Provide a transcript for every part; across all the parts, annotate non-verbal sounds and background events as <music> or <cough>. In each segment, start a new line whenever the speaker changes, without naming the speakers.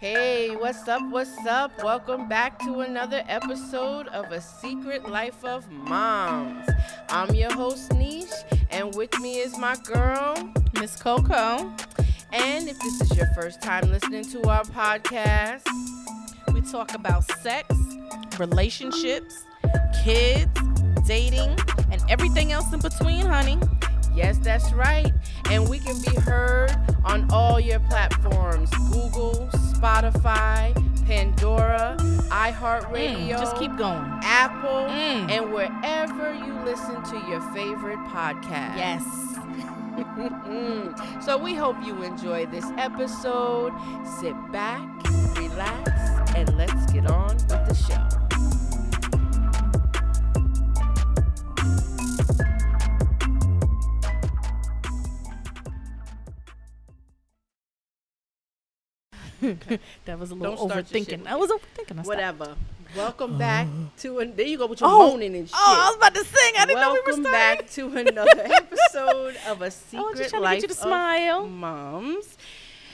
Hey, what's up? What's up? Welcome back to another episode of A Secret Life of Moms. I'm your host, Niche, and with me is my girl,
Miss Coco.
And if this is your first time listening to our podcast,
we talk about sex, relationships, kids, dating, and everything else in between, honey.
Yes, that's right. And we can be heard on all your platforms Google, Spotify, Pandora, iHeartRadio.
Mm, just keep going.
Apple, mm. and wherever you listen to your favorite podcast.
Yes.
<laughs> so we hope you enjoy this episode. Sit back, relax, and let's get on with the show.
that was a little overthinking. I was overthinking. I
Whatever. Stopped. Welcome
<gasps>
back to an, there you go with your oh. moaning and shit.
Oh, I was about to sing. I didn't
Welcome
know we were
back to another
<laughs>
episode of a secret
oh,
life
to to of smile.
moms.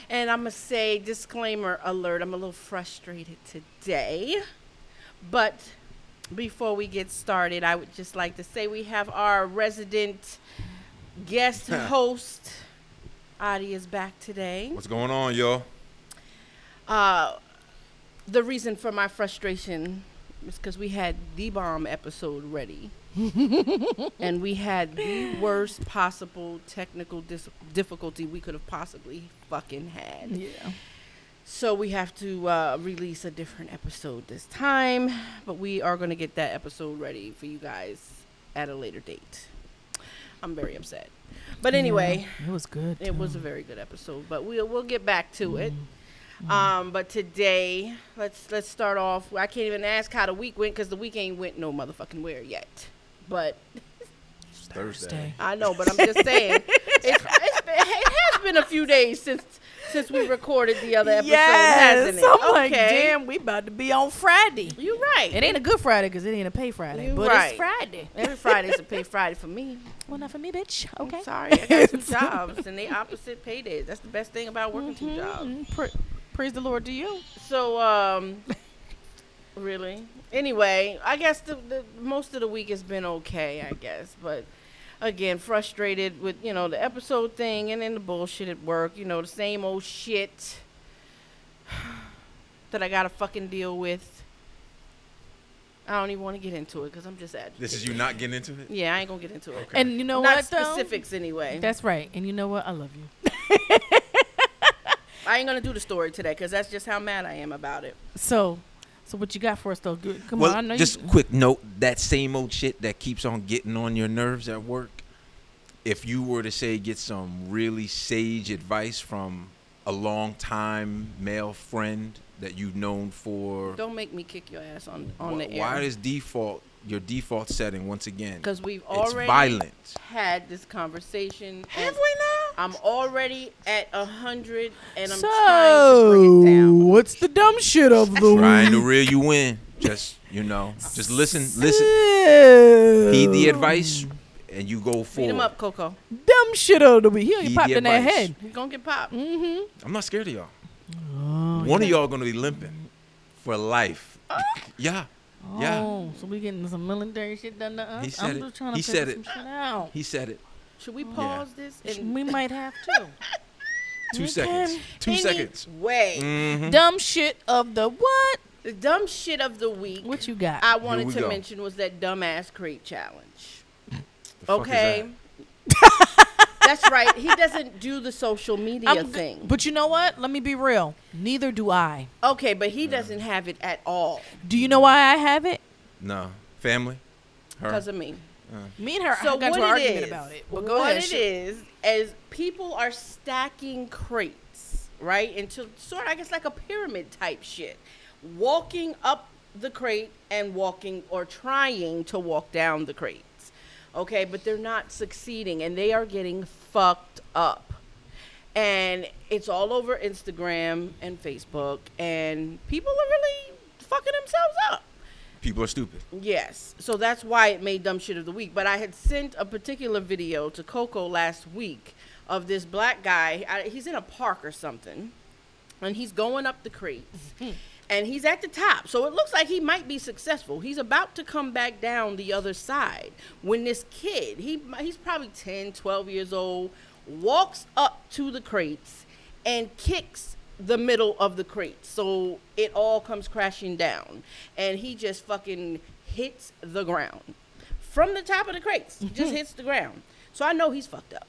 And I'm gonna say disclaimer alert. I'm a little frustrated today, but before we get started, I would just like to say we have our resident guest host. Adi is back today.
What's going on, y'all?
Uh, the reason for my frustration is because we had the bomb episode ready, and we had the worst possible technical dis- difficulty we could have possibly fucking had.
Yeah.
So we have to uh, release a different episode this time, but we are going to get that episode ready for you guys at a later date. I'm very upset, but anyway,
yeah, it was good. Mm.
It was a very good episode, but we'll we'll get back to mm. it. Um, but today, let's let's start off. I can't even ask how the week went because the week ain't went no motherfucking where yet. But
it's Thursday,
I know, but I'm just saying
<laughs>
it's, it's been, it has been a few days since since we recorded the other episode,
yes,
hasn't it? I'm
okay. like, damn, we about to be on Friday.
You right.
It ain't a good Friday because it ain't a pay Friday,
you
but
right.
it's Friday.
Every Friday's a pay Friday for me.
Well, not for me, bitch. Okay.
I'm sorry, I
<laughs>
got two jobs and they opposite paydays. That's the best thing about working mm-hmm. two jobs.
Pr- praise the Lord to you.
So, um, <laughs> really. Anyway, I guess the, the most of the week has been okay. I guess, but again frustrated with you know the episode thing and then the bullshit at work you know the same old shit <sighs> that i gotta fucking deal with i don't even want to get into it because i'm just agitated.
this is you not getting into it
yeah i ain't gonna get into it
okay. and you know
not
what
specifics though? anyway
that's right and you know what i love you
i ain't gonna do the story today because that's just how mad i am about it
so so what you got for us though? Good. Come
well,
on. I
just you. quick note: that same old shit that keeps on getting on your nerves at work. If you were to say get some really sage advice from a long time male friend that you've known for,
don't make me kick your ass on on
why,
the air.
Why is default your default setting once again?
Because we've already
it's violent.
had this conversation.
Have we now?
I'm already at a hundred, and I'm so, trying to bring it down.
What's the dumb shit of the
trying to reel you in? Just you know, just listen, so. listen, heed the advice, and you go forward.
Beat him up, Coco.
Dumb shit of the week. He'll get popped in that head.
He's gonna get popped.
Mm-hmm.
I'm not scared of y'all. Oh, One yeah. of y'all gonna be limping for life. Oh. Yeah.
Oh, yeah. so we getting some military shit done to us.
He said
I'm
it.
just trying to
he said
it. some shit out.
He said it.
Should we pause yeah. this?
And we might have
<laughs>
to.
Two seconds. Two
Any
seconds.
Way.
Mm-hmm.
Dumb shit of the what?
The dumb shit of the week.
What you got?
I wanted to
go.
mention was that dumbass crate challenge. okay.
<laughs>
That?
That's right. He doesn't do the social media
I'm g-
thing.
But you know what? Let me be real. Neither do I.
Okay, but he doesn't have it at all.
Do you know why I have it?
no. Family. Her.
Because of me.
Me and her
So
got
what
into an
it
argument
is-
about it.
What
But go ahead.
it
shit.
is is people are stacking crates, right? Into sort of, I guess like a pyramid type shit. Walking up the crate and walking or trying to walk down the crates. Okay, but they're not succeeding and they are getting fucked up. And it's all over Instagram and Facebook and people are really fucking themselves up.
People are stupid.
Yes. So that's why it made dumb shit of the week. But I had sent a particular video to Coco last week of this black guy. I, he's in a park or something, and he's going up the crates. And he's at the top, so it looks like he might be successful. He's about to come back down the other side when this kid, he, he's probably 10, 12 years old, walks up to the crates and kicks the middle of the crate. So it all comes crashing down. And he just fucking hits the ground. From the top of the crates, just hits the ground. So I know he's fucked up.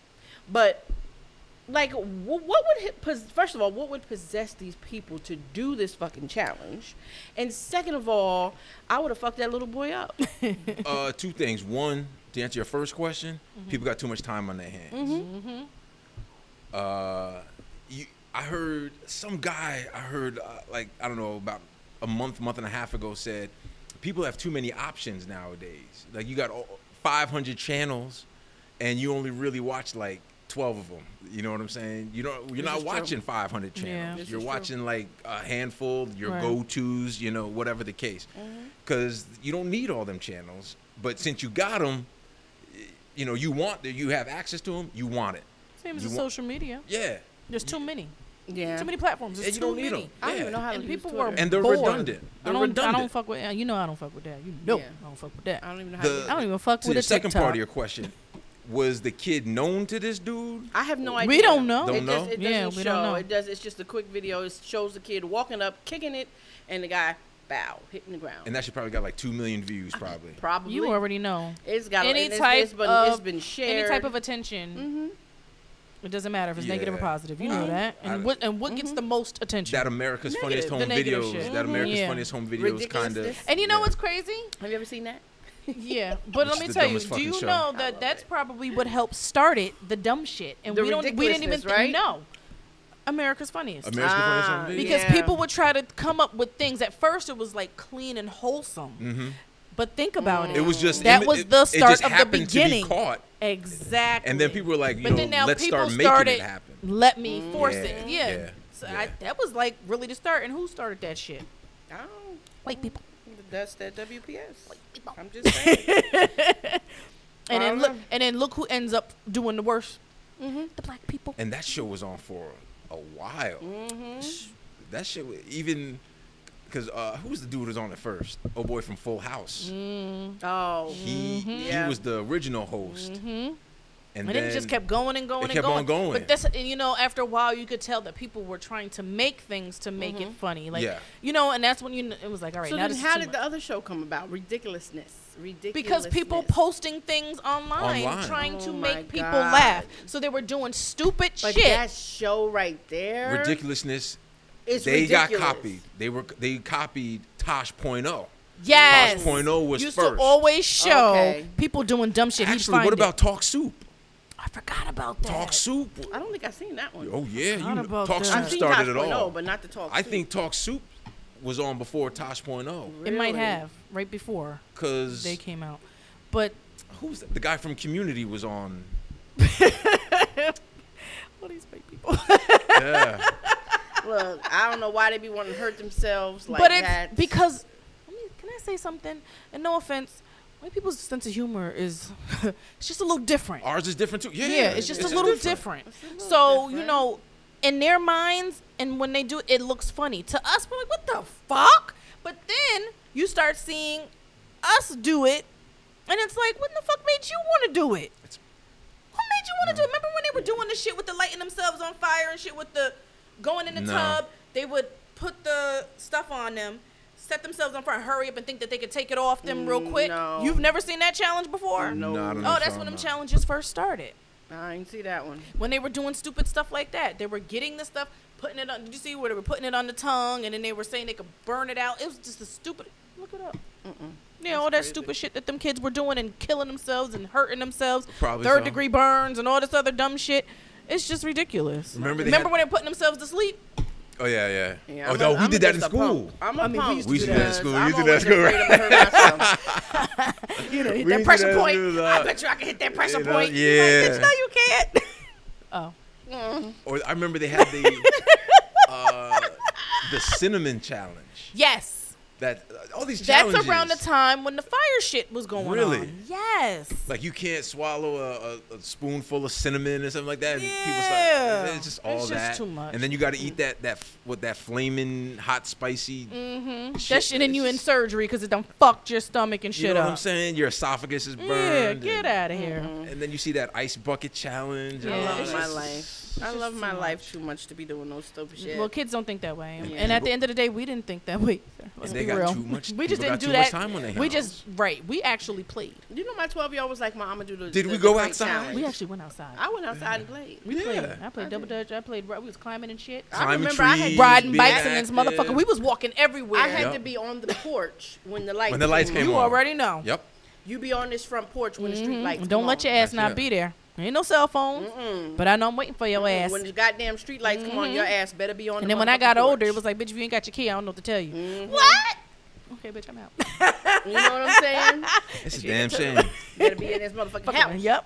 But like wh- what would hit pos- first of all what would possess these people to do this fucking challenge and second of all i would have fucked that little boy
<laughs>
up
<laughs> uh, two things. One, to answer your first question,
Mm-hmm.
people got too much time on their hands. Uh, you, I heard some guy. I heard uh, like I don't know about a month, month and a half ago said people have too many options nowadays. Like you got all- 500 channels, and you only really watch like 12 of them. You know what I'm saying? You don't. You're
is
not
true.
watching 500 channels.
This
you're
is true.
watching like a handful. Your
Right. Mm-hmm.
go tos, you know, whatever the case. Because you don't need all them channels. But since you got them, you know, you want that, you have access to them, you want it.
Same as
You
the
want-
social media.
Yeah.
There's too many.
yeah
Too many platforms. There's
And you
too
don't need
many.
'em.
i don't even
Yeah.
know how to
And
use
people
Twitter.
were
And they're
bored.
redundant.
I
They're
don't, I don't
redundant.
fuck with. uh, You know I don't fuck with that. You know
Yeah.
I don't fuck with that.
i
I
don't even know how to use
The,
it.
don't even fuck
to
with
the
a
second
TikTok.
part of your question was the kid known to this dude?
I have no idea.
We don't know.
Don't
it Just,
know?
it doesn't
Yeah,
show.
we don't know.
It does. It's just a quick video. It shows the kid walking up, kicking it, and the guy bow hitting the ground.
And that should probably got like 2 million views, probably.
Probably
you already know.
It's got
Any
and it's,
type
it's been,
of
it's been shared.
Any type of attention. It doesn't matter if it's negative or
Yeah.
positive. You know that. And
I-
what and what gets the most attention?
That America's
Negative,
Funniest Home
the negative
Videos.
shit.
That
Mhm.
America's
Yeah.
Funniest Home Videos kind of.
Ridiculousness.
and you know
yeah.
what's crazy?
Have you ever seen that?
<laughs>
Yeah, but
It's
let me
the
tell you.
dumbest
Do
fucking
you
show.
know
I
that
love
that's probably what helped start it, the dumb shit, and
The
we don't we didn't even
ridiculousness, right?
know. America's funniest.
America's
Ah,
Funniest Home Videos.
because
Yeah.
people would try to come up with things. At first, it was like clean and wholesome, but think about it.
Mm. Mm-hmm. It was just
that
it-
was
it-
the
it
start
just
of the
happened
beginning.
To be caught,
Exactly.
and then people were like, you
but
know,
then now
let's
people
start making
started.
it happen.
Let me force it.
Yeah,
Yeah.
yeah,
So I,
yeah.
that was like really the start. And who started that shit?
I don't.
White people.
That's that WPS. I'm just
<laughs>
saying.
And
I
then
don't
look.
know.
And then look who ends up doing the worst. The black people.
and that show was on for a while.
Mm-hmm.
That shit wa- even because uh, who was the dude who was on it first? Oh boy from Full House.
oh,
He
Yeah.
he was the original host, and,
Mm-hmm. And
then
it just kept going and going
it
and
kept
going.
on going.
But that's and you know after a while you could tell that people were trying to make things to make it funny, like
Yeah.
you know. And that's when you kn- it was like all right.
Mm-hmm. so
now
then
this is
how
too
did
much.
the other show come about? Ridiculousness. Ridiculous.
because people posting things online,
Online.
trying
Oh
to
my
make people
God.
laugh. So they were doing stupid
But
shit.
that show right there.
ridiculousness.
It's
they got
ridiculous.
copied. They were they copied Tosh Point oh.
yes.
5.0 was
used to
first.
always show
Okay.
people doing dumb shit. He'd
Actually,
find
what
it.
about Talk Soup?
I forgot about that.
Talk Soup.
I don't think I've seen that one.
Oh yeah, you
Forgot
kn-
about
Talk
that.
Soup
I've seen
started
Tosh
it
Point
all.
oh, but not the talk.
I
Soup.
think Talk Soup was on before Tosh Point oh
It might
Really?
have right before
because
they came out, but
who's the, the guy from Community was
<laughs>
on.
all these white people.
Yeah.
Look, I don't know why they be wanting to hurt themselves like
but it's
that.
because let me, can I say something? And no offense, white people's sense of humor is <laughs> it's just a little different.
Ours is different too. Yeah,
yeah, it's just a little different. so you know, in their minds, and when they do, it, it looks funny to us. We're like, what the fuck? But then you start seeing us do it, and it's like, what the fuck made you want to do it?
It's-
What made you want to do it? Remember when they were doing the shit with the lighting themselves on fire and shit with the going in the
No.
tub? They would put the stuff on them. Set themselves on fire, hurry up, and think that they could take it off them real
Mm,
quick.
no.
You've never seen that challenge before.
No.
Nah, I
Oh,
don't know
Oh,
if
that's
I'm
when them
not.
challenges first started.
I didn't see that one.
When they were doing stupid stuff like that, they were getting the stuff, putting it on. Did you see where they were putting it on the tongue, and then they were saying they could burn it out? It was just a stupid. Look it up. You know all that stupid shit that them kids were doing and killing themselves and hurting themselves,
Probably
third
so.
degree burns and all this other dumb shit. It's just ridiculous.
Remember they
remember
had-
when they were putting themselves to sleep?
Oh yeah, yeah.
Yeah,
oh
I'm
no,
a-
we
I'm
did that in
just a
school.
punk. I'm a punk.
mean, we
used to do that in
because
school. We
I'm
used to do that in school,
always afraid I'm gonna hurt myself.
<laughs>
You know, hit
We
that
used to
pressure
do
point.
that.
I bet you I can hit that pressure
You know,
point. You're
yeah.
Like, Bitch, no, you can't. <laughs> oh,
Or
<laughs>
I remember they had the uh, the cinnamon challenge.
yes.
That uh, all these
That's
challenges.
around the time when the fire shit was going
Really?
on. Yes.
Like you can't swallow a, a, a spoonful of cinnamon or something like that. and People
Yeah.
start, it's just all
It's just
that.
too much.
And then you got to eat that that f- what that flaming hot spicy.
Mm-hmm. That shit and you in
It's just-
surgery because it done fucked your stomach and shit
You know
up.
what I'm saying? Your esophagus is
yeah,
burned.
get
and,
out of here.
Mm-hmm.
And then you see that ice bucket challenge.
I
and
Yeah,
all
love
it's
my
just-
life. I love my life too much to be doing those stupid shit.
Well, kids don't think that way,
Yeah.
and at the end of the day, we didn't think that way. Let's
they
be
got
real.
too much-
we just
people
didn't
got
do
too
that.
much time on their
we
hands.
just right. We actually played.
you know, my twelve-year-old was like, "Mom, I'm gonna do the."
Did
the-
we
the
go
great
outside?
challenge."
We actually went outside.
I went outside and played.
we played.
Yeah.
I played double dutch. I played. ri- We was climbing and shit.
I
Climbing
remember I had
trees,
riding
being
bikes in this motherfucker.
active.
We was walking everywhere.
I had
Yep.
to be on the porch when the lights
When the lights
came
came
on.
you
on.
already know.
Yep.
You be on this front porch when the street lights.
Mm-hmm. Don't
come
let
on.
your ass
That's
not
it.
be there. Ain't no cell phones, but I know I'm waiting for your ass. Mm-hmm.
When the goddamn street lights come on, your ass better be on.
and
the
then when I
motherfucking
got
porch. Mm-hmm.
older, it was like, bitch, if you ain't got your key, I don't know what to tell you. What? Okay,
<laughs>
bitch, I'm out.
you know what I'm
<laughs>
saying?
It's a damn shame.
better be in this motherfucking house.
Yep.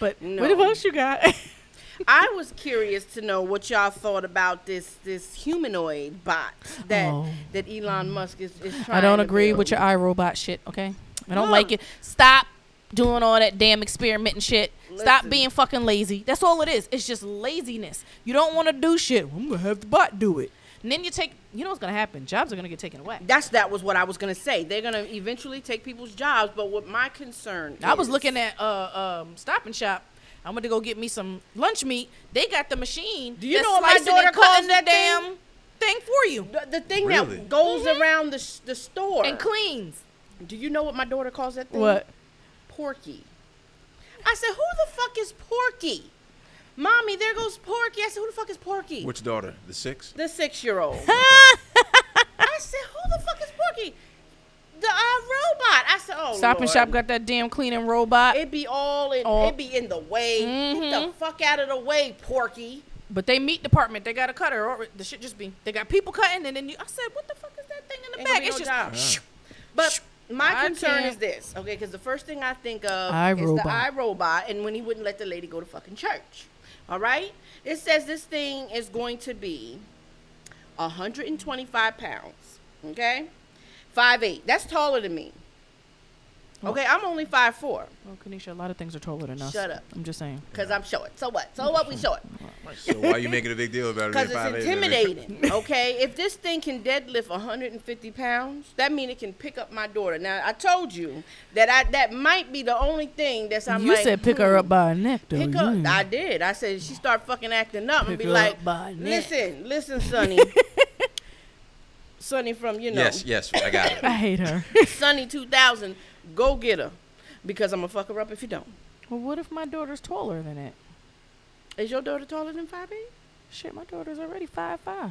But
No.
what else you got? <laughs>
I was curious to know what y'all thought about this this humanoid bot that
Oh.
that Elon Musk is, is trying.
I don't
to
agree
build.
with your iRobot shit, okay? I don't
Look.
like it. Stop doing all that damn experimenting shit. Stop
Listen.
being fucking lazy. That's all it is. It's just laziness. You don't want to do shit. I'm going to have the bot do it. And then you take, you know what's going to happen? Jobs are going to get taken away.
That's that was what I was gonna say. They're gonna eventually take people's jobs, but what my concern
I was
is-
looking at uh, um, Stop and Shop. I went to go get me some lunch meat. They got the machine.
Do you
that's
know what my
slicing and
daughter calls
cutting the
that
damn
thing?
thing for you
the, the thing
Really?
that goes around the s- the store.
Mm-hmm. and cleans?
Do you know what my daughter calls that thing? Porky. I said, who the fuck is Porky? Mommy, there goes Porky. I said, who the fuck is Porky?
Which daughter? The six?
the six year
<laughs>
old. I said, who the fuck is Porky? The uh, robot. I said, oh,
Stop and
Lord.
Shop got that damn cleaning robot.
It be all in.
All- Mm-hmm.
It be in the way. Get the fuck out of the way, Porky.
But they meat department, they got a cutter. Or the shit just be. They got people cutting, and then you. I said, what the fuck is that thing in the
Ain't
back?
gonna be
It's
no
just.
job.
shoo.
But my
I
concern is
can't.
this, okay? Because the first thing I think of is the
iRobot.
iRobot, and when he wouldn't let the lady go to fucking church. All right, it says this thing is going to be 125 pounds. Okay, five eight. That's taller than me. Okay, I'm only five four
Well, Kanisha, a lot of things are taller than us.
Shut up.
I'm just saying.
because I'm short. So what? So what? We short.
So why are you making a big deal about it?
Because
They
it's
violated it.
intimidating, okay? If this thing can deadlift 150 pounds, that means it can pick up my daughter. Now, I told you that I that might be the only thing that's I'm
you
like,
said pick her
hmm,
up by her neck, though.
Pick up. I did. I said she start fucking acting up and
Pick
be
her
like,
up by her neck.
listen,
<laughs>
listen, Sonny. Sonny from, you know,
Yes, yes, I got it.
I hate her.
<laughs>
<laughs>
Sonny 2000, go get her because I'm going to fuck her up if you don't.
well, what if my daughter's taller than it?
Is your daughter taller than 5'8?
Shit, my daughter's already five five.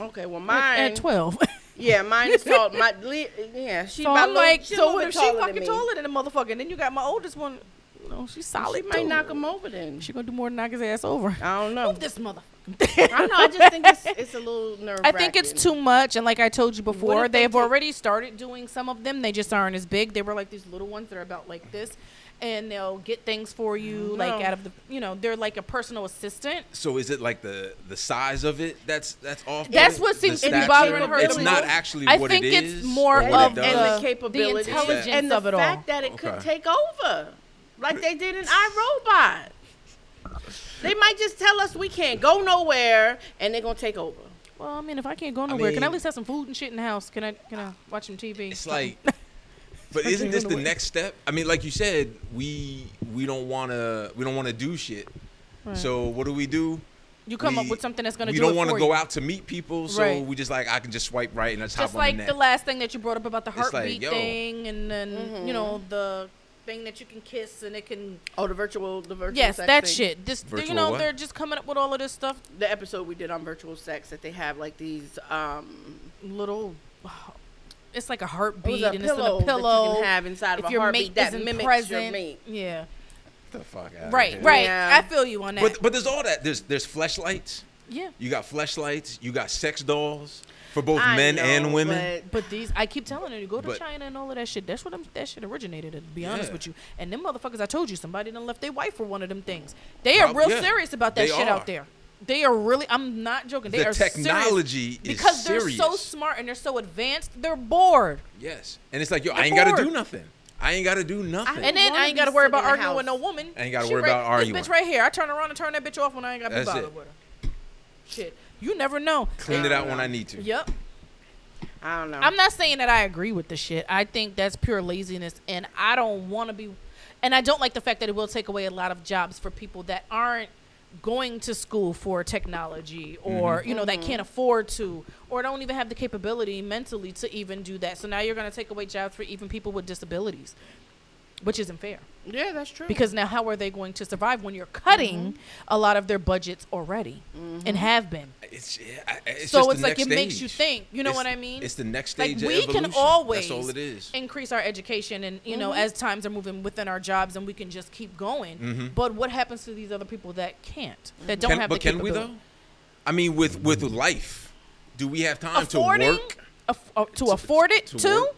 Okay, well, mine.
At, at twelve.
Yeah, mine is
<laughs>
tall. My li- yeah, <laughs> she
so
about
I'm
little-
like,
she a
so
little
what
bit
if she
taller than
fucking
me.
taller than a motherfucker? And then you got my oldest one. No, she's solid.
She might
too.
knock him over then.
She gonna do more than knock his ass over.
I don't know.
Move this motherfucker.
I know. I just think it's, it's a little nerve.
I think it's too much, and like I told you before,
if they
they've
take-
already started doing some of them. They just aren't as big. They were like these little ones that are about like this, and they'll get things for you, like
No.
out of the, you know, they're like a personal assistant.
So is it like the the size of it? That's that's off.
That's
putting?
what's
The
in-
stature?
bothering her
It's
the
not
most?
actually
I
what
think
it
it's
is.
more
or
and,
what it
of
the,
does.
and
the
the capability,
intelligence
and
of
the
it all.
fact that it could
Okay.
take over, like they did in iRobot. they might just tell us we can't go nowhere, and they're gonna take over.
Well, I mean, if I can't go nowhere, can I at
mean-
least have some food and shit in the house? Can I? Can I watch some TV?
It's
Something?
like,
<laughs>
but isn't this the next step? I mean, like you said, we we don't want to we don't want to do shit. So what do we do?
you come up
We-
with something that's gonna
We
do
don't
it
wanna
for
go
you.
out to meet people, so
Right.
we just like I can just swipe right and I just,
Just
hop on
like
the net.
the last thing that you brought up about the
like,
heartbeat
yo.
thing, and then you know
Mm-hmm.
the thing that you can kiss and it can
Oh, the virtual, the virtual.
Yes,
sex
that
thing.
shit. This, th- you
Virtual
know,
what?
they're just coming up with all of this stuff.
The episode we did on virtual sex that they have like these. um
Little, it's like
it
a
was
heartbeat,
a
and
pillow
it's in a
uh, that you
pillow.
can have inside of
if
a
your
heartbeat
mate
that
isn't
mimics
present,
your mate.
yeah,
the fuck outta
right,
here.
right.
Yeah.
I feel you on that.
Uh, But but there's all that. There's there's fleshlights.
yeah,
You got fleshlights. You got sex dolls for both
I
men
know,
and women.
but-
but these, I keep telling you, you go to
But-
China and all of that shit. That's what I'm, that shit originated. To be honest
Yeah.
with you, and them motherfuckers, I told you, somebody done left their wife for one of them things. They are
Prob-
real
yeah.
serious about that
They
shit out
are.
there. They are really. I'm not joking. They
The
are serious.
technology is
because they're so
serious.
smart and they're so advanced. They're bored,
Yes. And it's like, yo, I
You're
ain't got to
bored.
do nothing. I ain't got to do nothing.
and then
wanna
I ain't
be
got to worry
sitting
about
in the
arguing
house.
with no woman.
I ain't gotta
She
worry
right-
about arguing.
This bitch right here. I turn around and turn that bitch off when I ain't got to be
That's
bothered
it.
with her. Shit, you never know.
Clean it out when I need to.
Yep.
I don't know.
I'm not saying that I agree with the shit. I think that's pure laziness, and I don't want to be. And I don't like the fact that it will take away a lot of jobs for people that aren't going to school for technology,
Mm-hmm.
or you know, that can't afford to, or don't even have the capability mentally to even do that. So now you're going to take away jobs for even people with disabilities, which isn't fair.
yeah, that's true.
Because now, how are they going to survive when you're cutting a lot of their budgets already and have been?
It's, yeah, I- it's
so
just
it's
the
like it
next
makes you
stage.
think. You know
It's-
what I mean?
It's the next
like
stage.
we
of
can
evolution.
always
That's all it is.
increase our education and you know as times are moving within our jobs and we can just keep going but what happens to these other people that can't that don't
Mm-hmm. Can-
have
but
the
can we though?
capability?
I mean, with with life, do we have time
affording
to work?
aff- uh, to afford it
to
too
work?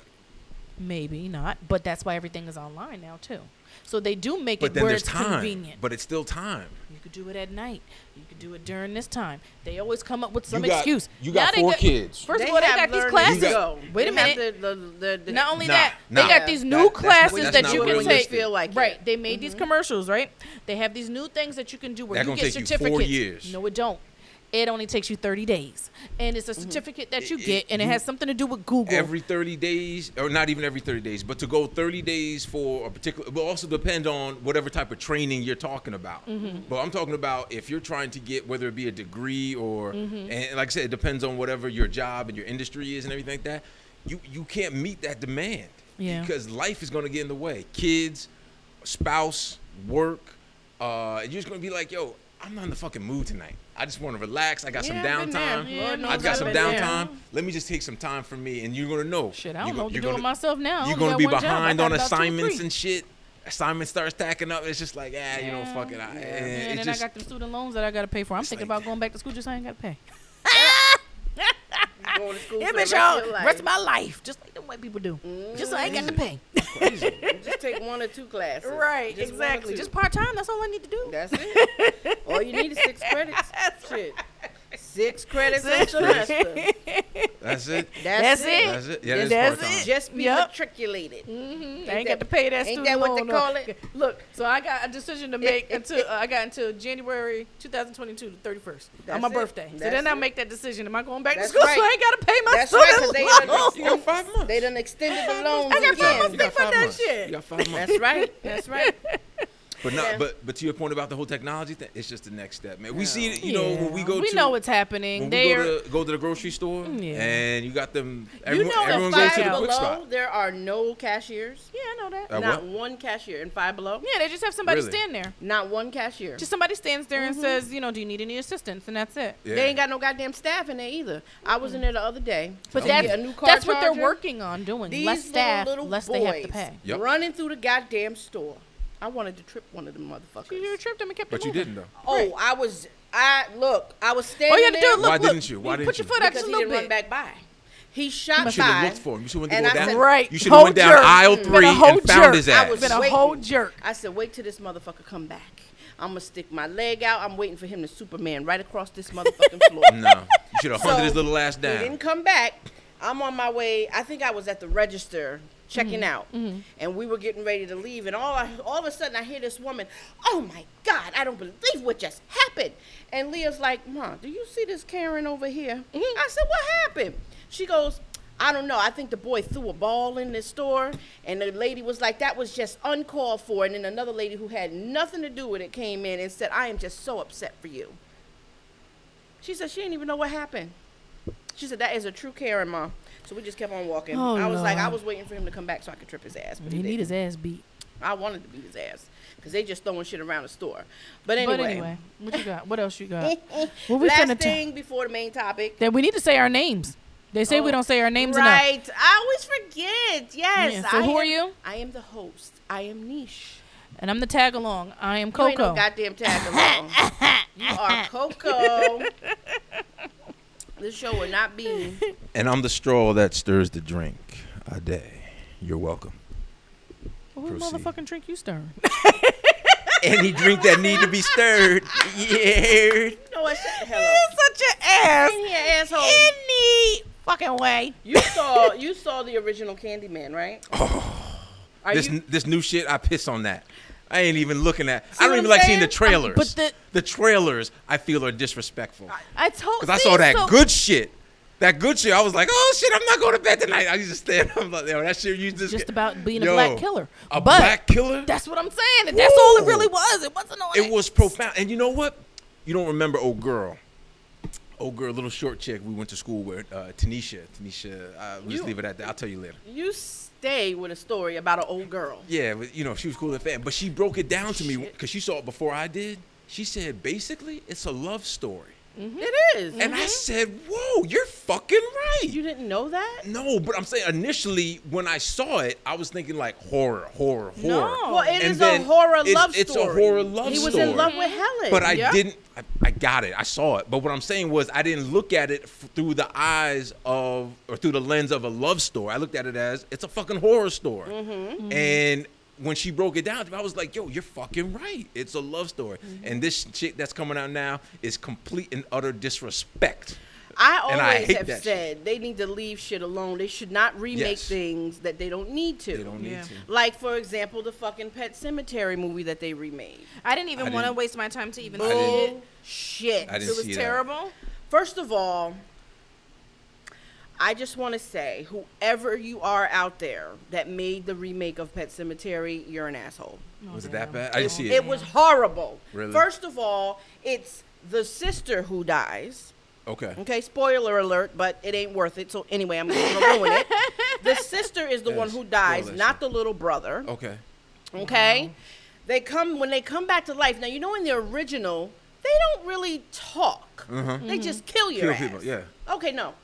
maybe not but that's why everything is online now too so they do make
But
it
then
where
there's
it's
time.
convenient
But it's still time.
you could do it at night you could do it during this time they always come up with some
got-
excuse
you got
Now they
four kids.
first of all they
have
got these
learned
classes
to
You
go.
wait a
They have
minute
the- the- the- the-
Not only
Nah,
that,
nah.
they got these
That-
new
that's not-
classes
that's
that
not
you can
realistic.
take.
Feel like it.
right? They made these
Mm-hmm.
commercials, right? They have these new things that you can do where
That
you
gonna
get
take you
certificates.
four years.
No, it don't. It only takes you thirty days, and it's a
Mm-hmm.
certificate that you
It-
get, and it
you-
has something to do with Google.
Every 30 days, or not even every 30 days, but to go 30 days for a particular, but also depend on whatever type of training you're talking about.
Mm-hmm.
But I'm talking about if you're trying to get, whether it be a degree or,
Mm-hmm.
and like I said, it depends on whatever your job and your industry is and everything like that. You, you can't meet that demand
Yeah.
because life is going to get in the way. Kids, spouse, work. Uh, you're just going to be like, yo, I'm not in the fucking mood tonight. I just want to relax. I got
Yeah, I've
some
been there.
downtime.
Lord
Yeah,
knows
I've got
I've
some
been there.
downtime. Let me just take some time for me, and you're gonna know.
Shit, I don't
You're
know
go-
what to
you're
do with
gonna-
myself now. I
You're
only
gonna
got
be
one job. I
behind
got
on
about two or
assignments
three.
and shit. Assignments start stacking up. It's just like, ah, you know,
Yeah.
fuck it. I, eh,
Yeah,
it
and then
just, <laughs>
I got the student loans that I got to pay for. I'm thinking
like-
about going back to school just so I ain't got to pay. <laughs>
Going to school
Yeah,
for the
bitch,
rest of
y'all,
your life. Mm-hmm.
rest of my life, just like them white people do, just so I ain't got to pay.
Just take one or two classes.
Right,
Just one or
exactly.
two. <laughs>
Just part time. That's all I need to do.
That's it. All you need is
<laughs>
six credits. Shit. Six credits a semester.
that's it.
That's,
<laughs> That's
it.
it.
That's it. Yeah, that's,
That's
part-time.
it.
Just be
Yep.
matriculated.
I ain't
that-
got to pay that.
Ain't
student
that what they
loan
call
off.
it? Look,
So I got a decision
<laughs>
to make until uh, I got until January 2022, the 31st, on
That's
my
it.
birthday. so
That's
then I
it.
make that decision. Am I going back
That's
to school? <laughs> So I
right.
ain't got to pay my
That's right,
student
'cause they done,
loans. <laughs>
You got five months.
they done extended the loans
I got
again.
They
You got
fund
five
that
months.
shit.
You got five months.
That's right. That's <laughs> right.
But not.
Yeah.
But but to your point about the whole technology thing, it's just the next step, man. We see it. You know, when we
Yeah.
go
we
to
know what's happening.
when
They're
we go to, go to the grocery store,
Yeah.
and you got them. Everyone,
know the
everyone goes
Five
to the
five
quick
below,
spot.
there are no cashiers.
yeah, I know that.
Uh, what?
Not one cashier in five below.
yeah, they just have somebody
Really?
stand there.
Not one cashier.
Just somebody stands there and says, you know, do you need any assistance? And that's it.
Yeah.
They ain't got no goddamn staff in there either. I was in there the other day.
But
to
that,
get a new car
that's what
charger.
they're working on doing.
These
less staff,
little, little
less
boys
they have to pay.
Yep.
running through the goddamn store. I wanted to trip one of them motherfuckers.
You tripped them and kept
But
them
you
moving.
didn't though.
Oh, I was. I look. I was standing.
All you had to do
there
is look.
Why
look.
didn't you? Why
put
didn't
your
you?
foot out
because
just a
he
little
didn't
bit.
run back by. He shot
You should
by.
have looked for him. You should have
And
went
I
down.
said-
Right.
You should have went
Whole
down
jerk.
aisle
Been a
three
whole
and found
jerk.
his
I
ass.
was
Been a
waiting.
whole jerk.
I said, wait till this motherfucker come back. I'm gonna stick my leg out. I'm waiting for him to Superman right across this
<laughs>
motherfucking floor.
No, you should have hunted
So,
his little ass down.
He didn't come back. I'm on my way. I think I was at the register checking out, and we were getting ready to leave. And all I, all of a sudden, I hear this woman. Oh my God! I don't believe what just happened. And Leah's like, "Ma, do you see this Karen over here?" I said, "What happened?" She goes. I don't know. I think the boy threw a ball in the store, and the lady was like, "That was just uncalled for." And then another lady who had nothing to do with it came in and said, "I am just so upset for you." She said she didn't even know what happened. She said that is a true Karen, mom. So we just kept on walking.
Oh,
I was like, I
Lord.
was waiting for him to come back so I could trip his ass, but he
He need
didn't.
his ass beat.
I wanted to beat his ass because they just throwing shit around the store. But anyway,
But
<laughs>
anyway, what you got? What else you got? What we
last
finna ta-
thing before the main topic.
That we need to say our names. They say we
Oh,
don't say our names enough.
right? I always forget. Yes.
Yeah, so
I
who are
am-
you?
I am the host. I am Niche.
And I'm the tag along. I am
You ain't no
Coco.
goddamn tag
<laughs>
along. you are Coco. this show will not be.
And I'm the straw that stirs the drink. A day. You're welcome.
Who
Proceed.
motherfucking
<laughs>
drink you stirring?
Any drink that need to be stirred. Yeah.
You know know what? Shut the hell
You're
up.
such an ass.
Any asshole.
Any fucking way.
You saw you saw the original Candyman,
<sighs>
right? Are
Oh. This
you,
this new shit, I piss on that. I ain't even looking at. I
what
don't even
I'm
like seeing the
saying?
trailers.
But the-
the trailers, I feel are disrespectful.
I told.
Cause I
see,
saw that
so-
good shit. That good shit. I was like, oh shit, I'm not going to bed tonight. I used to <laughs> stand up like, yo, that shit you just
Just about being a
Yo,
black killer.
A
but
black killer?
That's what I'm saying. and That's all it
Woo.
really was. It wasn't all.
It was profound. And you know what? You don't remember old girl. Old girl, little short chick we went to school with, uh, Tanisha. Tanisha, uh, we'll just
You-
leave it at that. I'll tell you later.
you stay with a story about an old girl.
Yeah, but, you know, she was cool and fan. But she broke it down to me because she saw it before I did. She said, basically, it's a love story.
It is.
And I said, whoa, you're fucking right.
Mm-hmm. you didn't know that?
No, but I'm saying initially when I saw it, I was thinking like horror, horror, horror.
No.
Well, it
And
is a
then
horror
it's-
love
it's a
story.
horror love
He was
story.
in love with Helen.
But I
Yeah.
didn't. I, I got it. I saw it. But what I'm saying was I didn't look at it f- through the eyes of or through the lens of a love story. I looked at it as it's a fucking horror story. And when she broke it down, to me, I was like, "Yo, you're fucking right. It's a love story." And this shit that's coming out now is complete and utter disrespect.
I
and I
always
hate
have
that shit.
said they need to leave shit alone. They should not remake
Yes.
things that they don't need to.
They don't need
Yeah.
to.
Like for example, the fucking Pet Cemetery movie that they remade.
I didn't even
I
want to
didn't-
waste my time to even see
I didn't-
it.
Shit.
I didn't
It was
see that.
terrible.
First of all, I just want to say, whoever you are out there that made the remake of Pet Cemetery, you're an asshole.
Was it that bad? I didn't see it.
It was horrible.
Really?
First of all, it's the sister who dies.
okay.
Okay, spoiler alert, but it ain't worth it. So anyway, I'm going to ruin
<laughs>
it. The sister is the one
Yes,
who dies,
spoilers.
not the little brother.
Okay.
Okay? They come when they come back to life. Now, you know in the original, they don't really talk. They just kill your
Uh-huh. Mm-hmm. Kill
ass.
people, yeah.
Okay, no.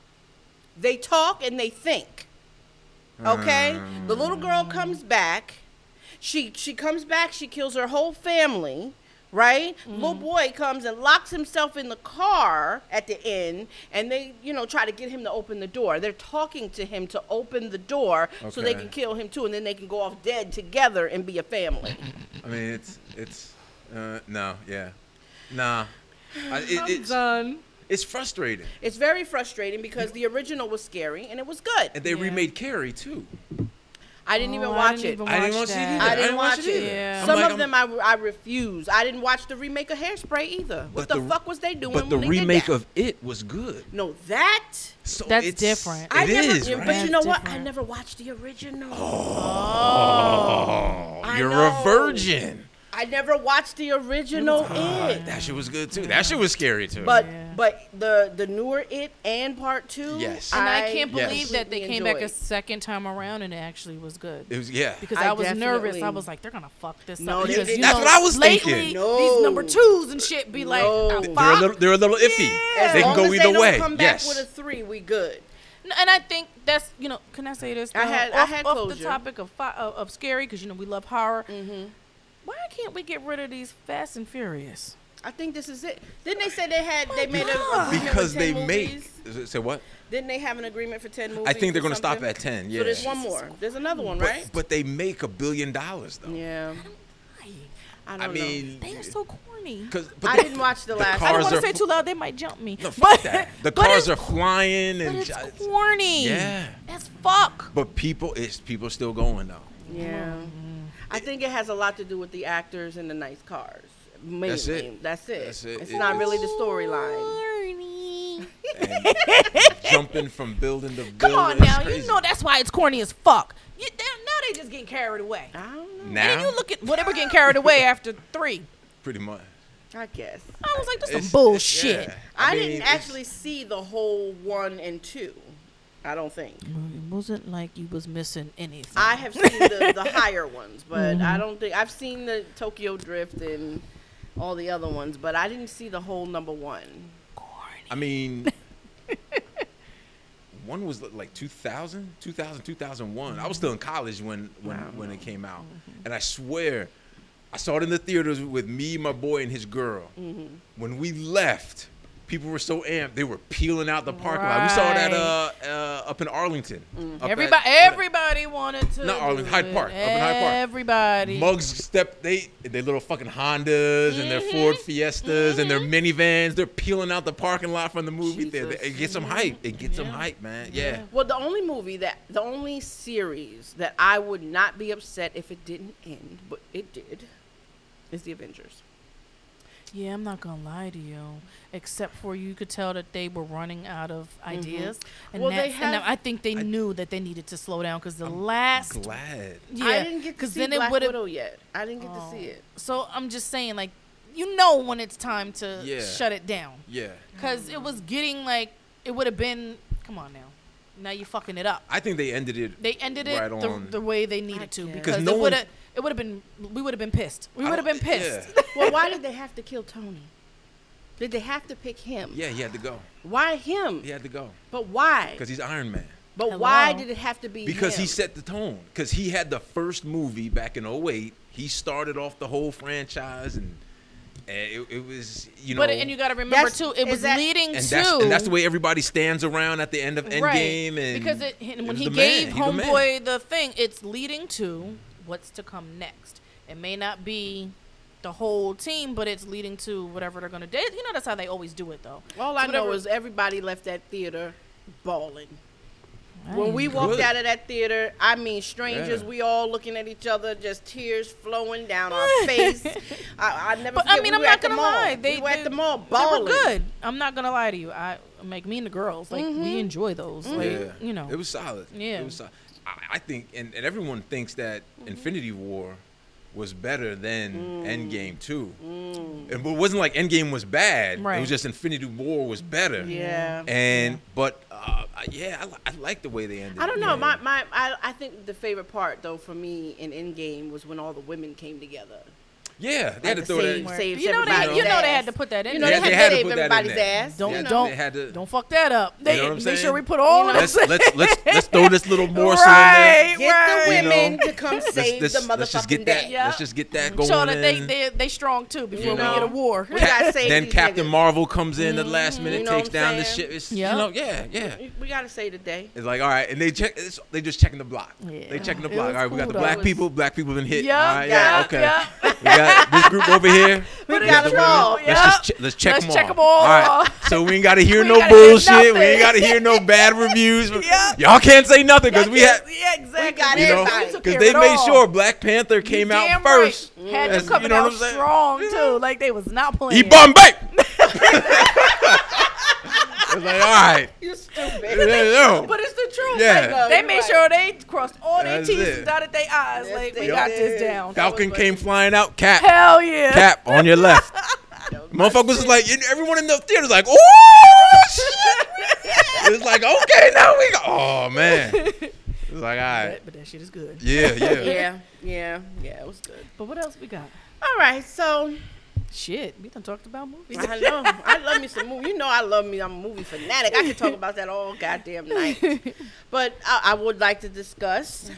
They talk and they think. Okay? The little girl
Mm.
comes back. She she comes back, she kills her whole family, right? Little
Mm-hmm.
boy comes and locks himself in the car at the end and they, you know, try to get him to open the door. They're talking to him to open the door so they
Okay.
can kill him too and then they can go off dead together and be a family.
I mean, it's it's uh, no, yeah, nah. I, it, it's
done.
it's frustrating,
It's very frustrating because the original was scary and it was good.
and they
Yeah.
remade Carrie too.
I didn't even
Oh, I
watch
didn't
it.
even
I
Watch
didn't want to see it.
that.
Either.
I didn't watch it.
either.
Yeah.
I'm
Some
like,
of
I'm-
them I, I refuse. I didn't watch the remake of Hairspray either. What
But
the,
the-
fuck was they doing?
But the
when they
remake
did that?
of it was good.
no that
So
That's
it's,
different.
It
I never.
is,
yeah,
right?
But you
That's
know what? I
different.
never watched the original.
oh,
I
you're
know.
a virgin. Oh,
I never watched the original. it.
That shit was good too. That shit was scary too.
But
Yeah.
but the the newer it and part two.
Yes.
And I, can't
Yes.
believe that they
completely
came back a
enjoyed.
second time around and it actually was good.
it was yeah.
because
I
I, was nervous. I
definitely-
was like, they're gonna fuck this
No,
up.
they-
Because,
they-
you
that's
know,
what I was
lately,
thinking.
No.
These number twos and shit be like,
No. They're a
"Ah,
They're a
fuck."
little they're a little iffy.
Yeah.
As
They can
long
go
as
either
they don't
way.
Come back
yes.
with a three, we good.
No, and I think that's you know, can I say this?
I
though?
had- I
off,
had
off the
closure.
topic of fi- of, of scary because you know we love horror. Why can't we get rid of these Fast and Furious?
I think this is it. Didn't they say they had they made
God.
a
because they
movies?
make say what?
Didn't they have an agreement for ten movies?
I think they're
or
gonna stop
something?
at ten. Yeah.
So there's one more. There's another one,
But,
right?
but they make a billion dollars though.
yeah.
Why?
I
I
don't know.
mean,
They are so corny.
Cause, but
I
they-
didn't watch the
the
last.
I don't
cars
one.
want to
are
say
fl-
too loud; they might jump me. <laughs>
No,
but
fuck that. The
but
cars
it's-
are flying
But
and
it's
ju- it's-
corny.
Yeah.
As fuck.
But people, it's people still going though.
<laughs>
Yeah. I think it has a lot to do with the actors and the nice cars. Mainly.
That's it.
That's it.
That's it.
It's
It
not
is.
really the storyline.
Corny.
And jumping from building to building.
Come on
it's
now, you
crazy.
know that's why it's corny as fuck. You, they, now they just getting carried away.
I don't know.
And then
now,
you look at well, they were getting carried away after three.
pretty much.
I guess.
I was like, that's
It's-
some bullshit.
yeah.
I,
mean,
didn't
it's-
actually see the whole one and two. I don't think.
It wasn't like you was missing anything.
I have seen the,
<laughs>
the higher ones, but
Mm-hmm.
I don't think I've seen the Tokyo Drift and all the other ones, but I didn't see the whole number one.
I mean, <laughs> one was like 2000, 2000, 2001. I was still in college when when when it came out, and I swear, I saw it in the theaters with me, my boy, and his girl. When we left, people were so amped they were peeling out the parking lot. We saw that uh, uh, up in Arlington. Up at-
Mm. Everybody, everybody wanted to.
Not Arlington,
do
Hyde
it.
Park, up in Hyde Park.
Everybody.
Mugs step they their little fucking Hondas and their
Mm-hmm.
Ford Fiestas and their minivans. They're peeling out the parking lot from the movie theater.
Jesus.
It gets them hype. It gets them hype, man. Yeah.
Well, the only movie that, the only series that I would not be upset if it didn't end, but it did, is the Avengers.
yeah, I'm not gonna lie to you. Except for you could tell that they were running out of
Mm-hmm.
ideas, and,
Well,
well,
they have-
I think they knew that they needed to slow down because the last.
Glad.
Yeah,
I didn't get to
'cause
see
then it
Black
would've-
Widow yet. I didn't get to see
Oh.
it.
So I'm just saying, like, you know when it's time to
Yeah.
shut it down.
Yeah.
Because it was getting, like, it would have been, come on now. Now you're fucking it up.
I think they ended it.
They ended it
Right
the,
on.
the way they
I
needed to
guess.
because
no
it
one-
would have it would have been we would have been pissed. We
I
would have
don't-
been pissed.
<laughs> yeah.
Well, why did they have to kill Tony? Did they have to pick him?
Yeah, he had to go.
Why him?
He had to go
But why?
because he's Iron Man.
But why
Hello?
did it have to be
Because
him?
he set the tone. Because he had the first movie back in 08. He started off the whole franchise, and, and it, it was you know.
but and you got to remember
That's-
too, it
is
was
that-
leading
and
to
that's, and that's the way everybody stands around at the end of Endgame.
right
And
because it, and when
was
he
the man.
gave
He the man.
homeboy the thing, it's leading to what's to come next. It may not be the whole team, but it's leading to whatever they're gonna do. You know that's how they always do it though.
All I know
whatever-
is everybody left that theater bawling. When we walked
Good.
out of that theater, I mean, strangers,
Yeah.
we all looking at each other, just tears flowing down our
<laughs>
face. I, I never.
But
forget,
I
we
mean, I'm
were
not
at the
gonna
mall.
lie. They
we were
they-
at the mall
they were
balling.
good. I'm not gonna lie to you. I like me and the girls. Like
Mm-hmm.
we enjoy those.
Yeah.
Like you know.
It was solid.
Yeah.
It was solid. I, I think, and, and everyone thinks that Infinity War was better than Endgame too. And but it wasn't like Endgame was bad. It
Right.
was just Infinity War was better.
Yeah.
And but uh, I- yeah, I, li- I like the way they ended.
I don't
it.
know.
Yeah.
My, my I, I think the favorite part though for me in Endgame was when all the women came together.
yeah, they had to
Like
throw
the
that.
same- same- saves
you know they
everybody's
you know they
ass.
had to put that in.
You know
Yeah,
there.
they, had, to
put
save
that in
everybody's
there.
ass.
don't
you know?
don't
they had
<laughs>
to-
don't fuck that up. They
know what I'm
make sure
saying?
we put all
You
of
know,
them.
Let's let's let's let's throw this little morsel in
Right,
Get
there.
the
right.
You know,
women to come save
let's,
the motherfucking
let's, let's just get that.
day.
Yeah.
Let's just get that going.
<laughs> Show that they
in.
they they strong too before
know?
we get a war.
We gotta save
then
these
Captain
niggas.
Marvel comes in the last minute,
You know
takes
what I'm
down this
saying?
shit. It's,
Yeah.
You know, yeah, yeah.
We- We gotta say today.
It's like all right, and they check. It's, they just checking the block.
Yeah.
They checking the
It
block.
was
All right, we got
cool,
the
though.
black
It was-
people. Black people been
<laughs>
hit.
Yeah,
all right, yeah,
yeah,
okay.
yeah.
We got this group over here.
We
got
got
the
'em
women.
all,
Let's
yeah.
just che- let's check
Let's
them all.
check 'em all.
right, so we ain't got to hear
We
no
gotta hear
bullshit. we
nothing.
ain't got to hear no bad reviews.
Yeah.
Y'all can't say nothing because we had.
yeah, exactly.
We got
You know,
Everybody.
took
because
care
they
of it
made
all.
sure Black Panther came out
Damn right. <laughs>
first.
Had
As-
them coming out strong too. Like they was not playing.
Eat Bombay. <laughs> it's like, all right.
You
Yeah,
stupid.
yeah.
but it's the truth.
Yeah.
Like, no,
They
you're
made
right.
sure they crossed all their
That's
T's
it.
and dotted their I's. Like we
they
got
did.
this down.
Falcon came flying out. Cap.
Hell yeah.
Cap on your <laughs> left.
No,
Motherfuckers was like, and everyone in the theater's like, oh <laughs> shit. It's like, okay, now we go. Oh man. It's like, all right.
But, but that shit is good.
Yeah, <laughs> yeah.
Yeah, yeah, yeah. It was good.
But what else we got?
All right, so
Shit, we done talked about movies.
I know I love me some movie. You know I love me. I'm a movie fanatic. I could talk about that all goddamn night. <laughs> But I, I would like to discuss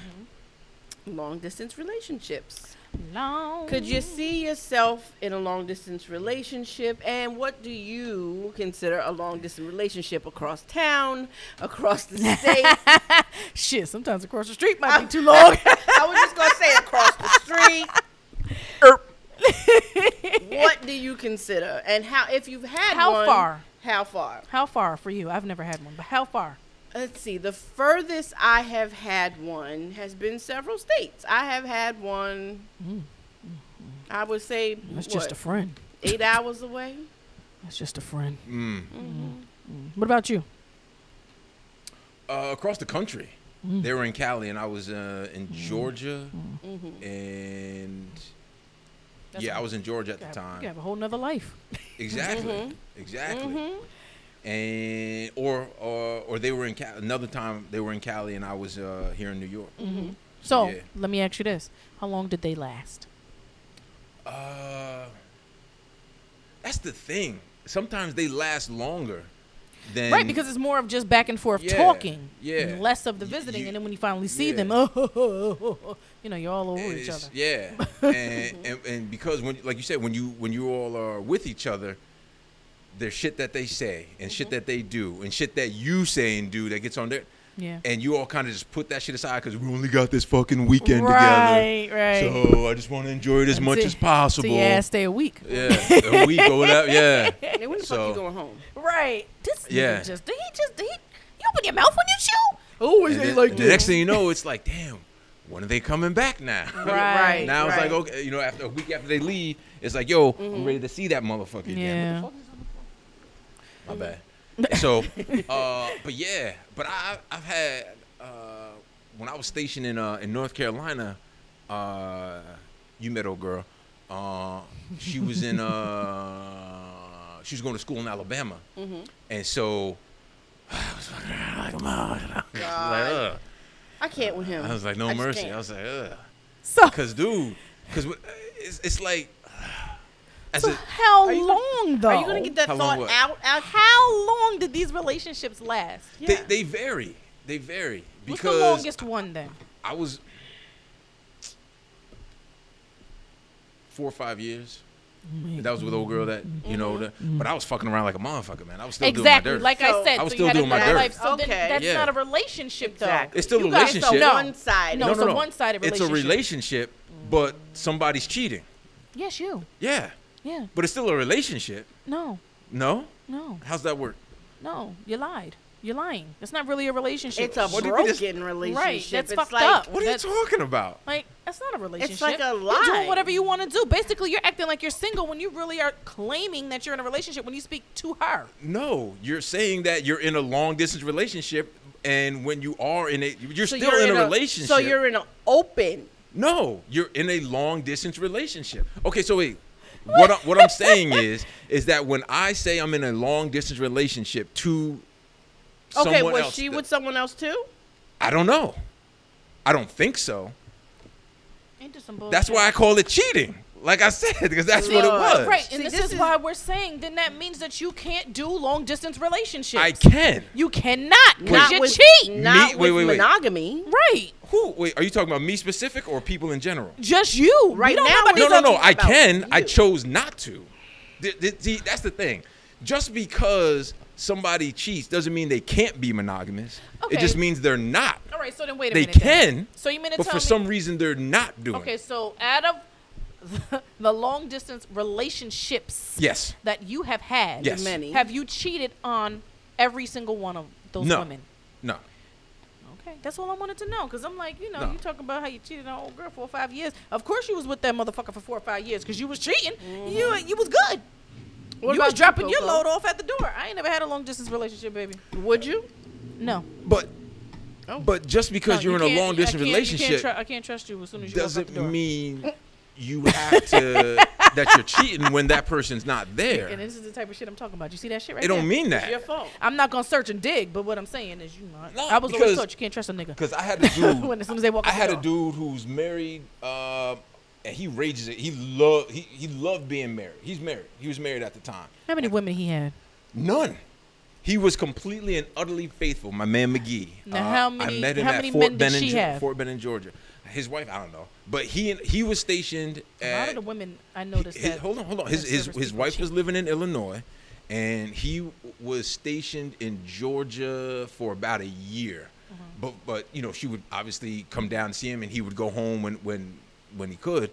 long distance relationships.
Long.
Could
<laughs>
you see yourself in a long distance relationship? And what do you consider a long distance relationship across town, across <laughs> the state?
Shit, sometimes across the street might be
Uh.
too long.
<laughs> I was just gonna say across the street.
Erp.
What do you consider, and how? If you've had
How
one,
far?
How far?
How far for you? I've never had one, but how far?
Let's see. The furthest I have had one has been several states. I have had one. I would say
That's
what,
just a friend.
eight hours away.
That's just a friend.
Mm.
What about you?
Uh, across the country. They were in Cali and I was uh, in Georgia
hmm
Mm-hmm. and
That's
yeah, I
a-
was in Georgia at
You
the
have,
time.
you have a whole nother life.
Exactly.
Mm-hmm.
Mhm.
Exactly.
Mhm.
And or or or they were in Cali. Another time they were in Cali and I was uh, here in New York.
Mm. So
Yeah.
let me ask you this: How long did they last?
Uh, that's the thing. Sometimes they last longer than
right, because it's more of just back and forth
Yeah,
talking,
yeah.
and less of the
You-
visiting,
you-
and then when you finally see
yeah.
them, <laughs> oh, you know, you're all over each
it's-
other. <laughs>
Yeah, and, and and because when like you said when you when you all are with each other, there's shit that they say and
Mm-hmm.
shit that they do and shit that you say and do that gets on there.
Yeah.
And you all kind of just put that shit aside because we only got this fucking weekend
Right,
together.
right.
So I just want to enjoy it as much
So-
as possible.
So yeah, stay a week.
Yeah, a week or whatever.
<laughs>
Yeah.
Then when the fuck
So-
you going home?
Right. This nigga
Yeah.
just did he just did he, you open your mouth when you chew?
Oh,
And then- the next thing you know, it's like, damn, when are they coming back now? <laughs>
Right, Mm-hmm.
now it's
right.
like, okay, you know, after a week after they leave, it's like, yo, I'm ready to see that motherfucker
Mm.
again. What the fuck is
<laughs>
on the phone? My bad. so, uh, but yeah, but I, I've had uh, when I was stationed in uh, in North Carolina, uh, you met old girl. Uh, she was in uh, she was going to school in Alabama,
Mm-hmm.
and so. <sighs> I was like, "Ah, like, I'm out." <laughs> Like, ugh.
I can't with him.
I was like, no
I just
mercy.
can't.
I was like, ugh.
So
Cause, dude, cause wh- it's, it's like, <sighs> as a,
how
Are you gonna-
long though?
Are you gonna get that
How long
thought
what?
out? out?
how long did these relationships last?
Yeah.
they, they vary. They vary
What's the
because
longest one then?
I was four or five years. That was with old girl that you know, the, but I was fucking around like a motherfucker, man. I was still
exactly.
doing my dirt.
Like I
So-
said,
I was
so you
still
had
doing
a
my
bad
dirt.
life. So then
Okay.
that's
Yeah.
not a relationship
Exactly.
it's still
you
a
guys are
relationship.
No.
One side.
No, it's a one-sided
It's a
relationship.
relationship, but somebody's cheating.
though. Yes, you.
Yeah,
Yeah.
but it's still a relationship.
No.
No,
No.
how's that work?
No. You lied. You're lying. That's not really a relationship.
It's a
What do you mean it's-
broken relationship.
that's
it's
fucked
like,
up.
What are
That's-
you talking about?
Like that's not a relationship.
like a
You're
lie.
doing whatever you want to do. Basically, you're acting like you're single when you really are claiming that you're in a relationship when you speak to her.
No, you're saying that you're in a long distance relationship, and when you are in it, you're
So
still
you're
in, a, relationship.
So you're in an open.
no, you're in a long distance relationship. Okay, so wait. What I, what I'm saying is is that when I say I'm in a long distance relationship to
Okay,
someone
was
else,
she
that-
with someone else too?
I don't know. I don't think so.
Ain't this some bullshit?
That's why I call it cheating. Like I said, because that's what it
Lord.
was.
Right, and
See,
this,
this
is,
is-
why we're saying then that means that you can't do long distance relationships.
I can.
You cannot because
Not
you
with,
cheat.
Not
Me-
with
wait, wait, wait.
monogamy.
Right,
Who? Wait, are you talking about me specific or people in general?
just you.
Right
we don't
now
know about
we're
no,
these
no,
talking
no. I
about
can. I
you.
chose not to. Th- th- See, that's the thing. Just because somebody cheats doesn't mean they can't be monogamous. It
Okay.
just means they're not.
All right, so then wait a
They
minute. then.
can.
So you mean to
But
tell
for
me?
some reason, they're not doing.
okay,
it.
so out of <laughs> the long distance relationships
Yes.
that you have had,
Yes.
Many.
have you cheated on every single one of those
No.
women?
No.
Oh. Okay, that's all I wanted to know. Cause I'm like, you know,
No.
you talking about how you cheated on old girl four or five years. Of course, you was with that motherfucker for four or five years, cause you was cheating.
Mm-hmm.
You you was good.
What
you was
about
dropping your
Coco?
load off at the door. I ain't never had a long distance relationship, baby.
Would you?
No,
But, but just because
No, you
you're in a
can't-
long
I
distance
can't- you can't
relationship
tru- I can't trust you as soon as you walk out the
doesn't
door.
mean
<laughs>
you have to that you're cheating when that person's not
And
there.
this is the type of shit I'm talking about. You see that shit right
It
there?
don't mean
It's your
that.
fault.
I'm not gonna search and dig, but what I'm saying is, you not.
No,
I was always
because-
taught you can't trust a nigga.
Because I
<laughs>
had to do.
When as soon as they walk
I
out the
had a
door.
dude who's married, uh, and he rages it. He loved he, he loved being married. He's married. He was married at the time.
How many women he had?
None. He was completely and utterly faithful. My man McGee. Uh,
Now, how many- how many men did
in
she
Geor-
have?
Fort Benning, Georgia. His wife, I don't know, but he he was stationed
A lot of
at.
the women I noticed
his-
that.
Eh, hold on, hold on. His
that
his,
service
his
people
wife
cheat.
was living in Illinois, and he w- was stationed in Georgia for about a year.
Uh-huh.
But but you know she would obviously come down and see him, and he would go home when when when he could.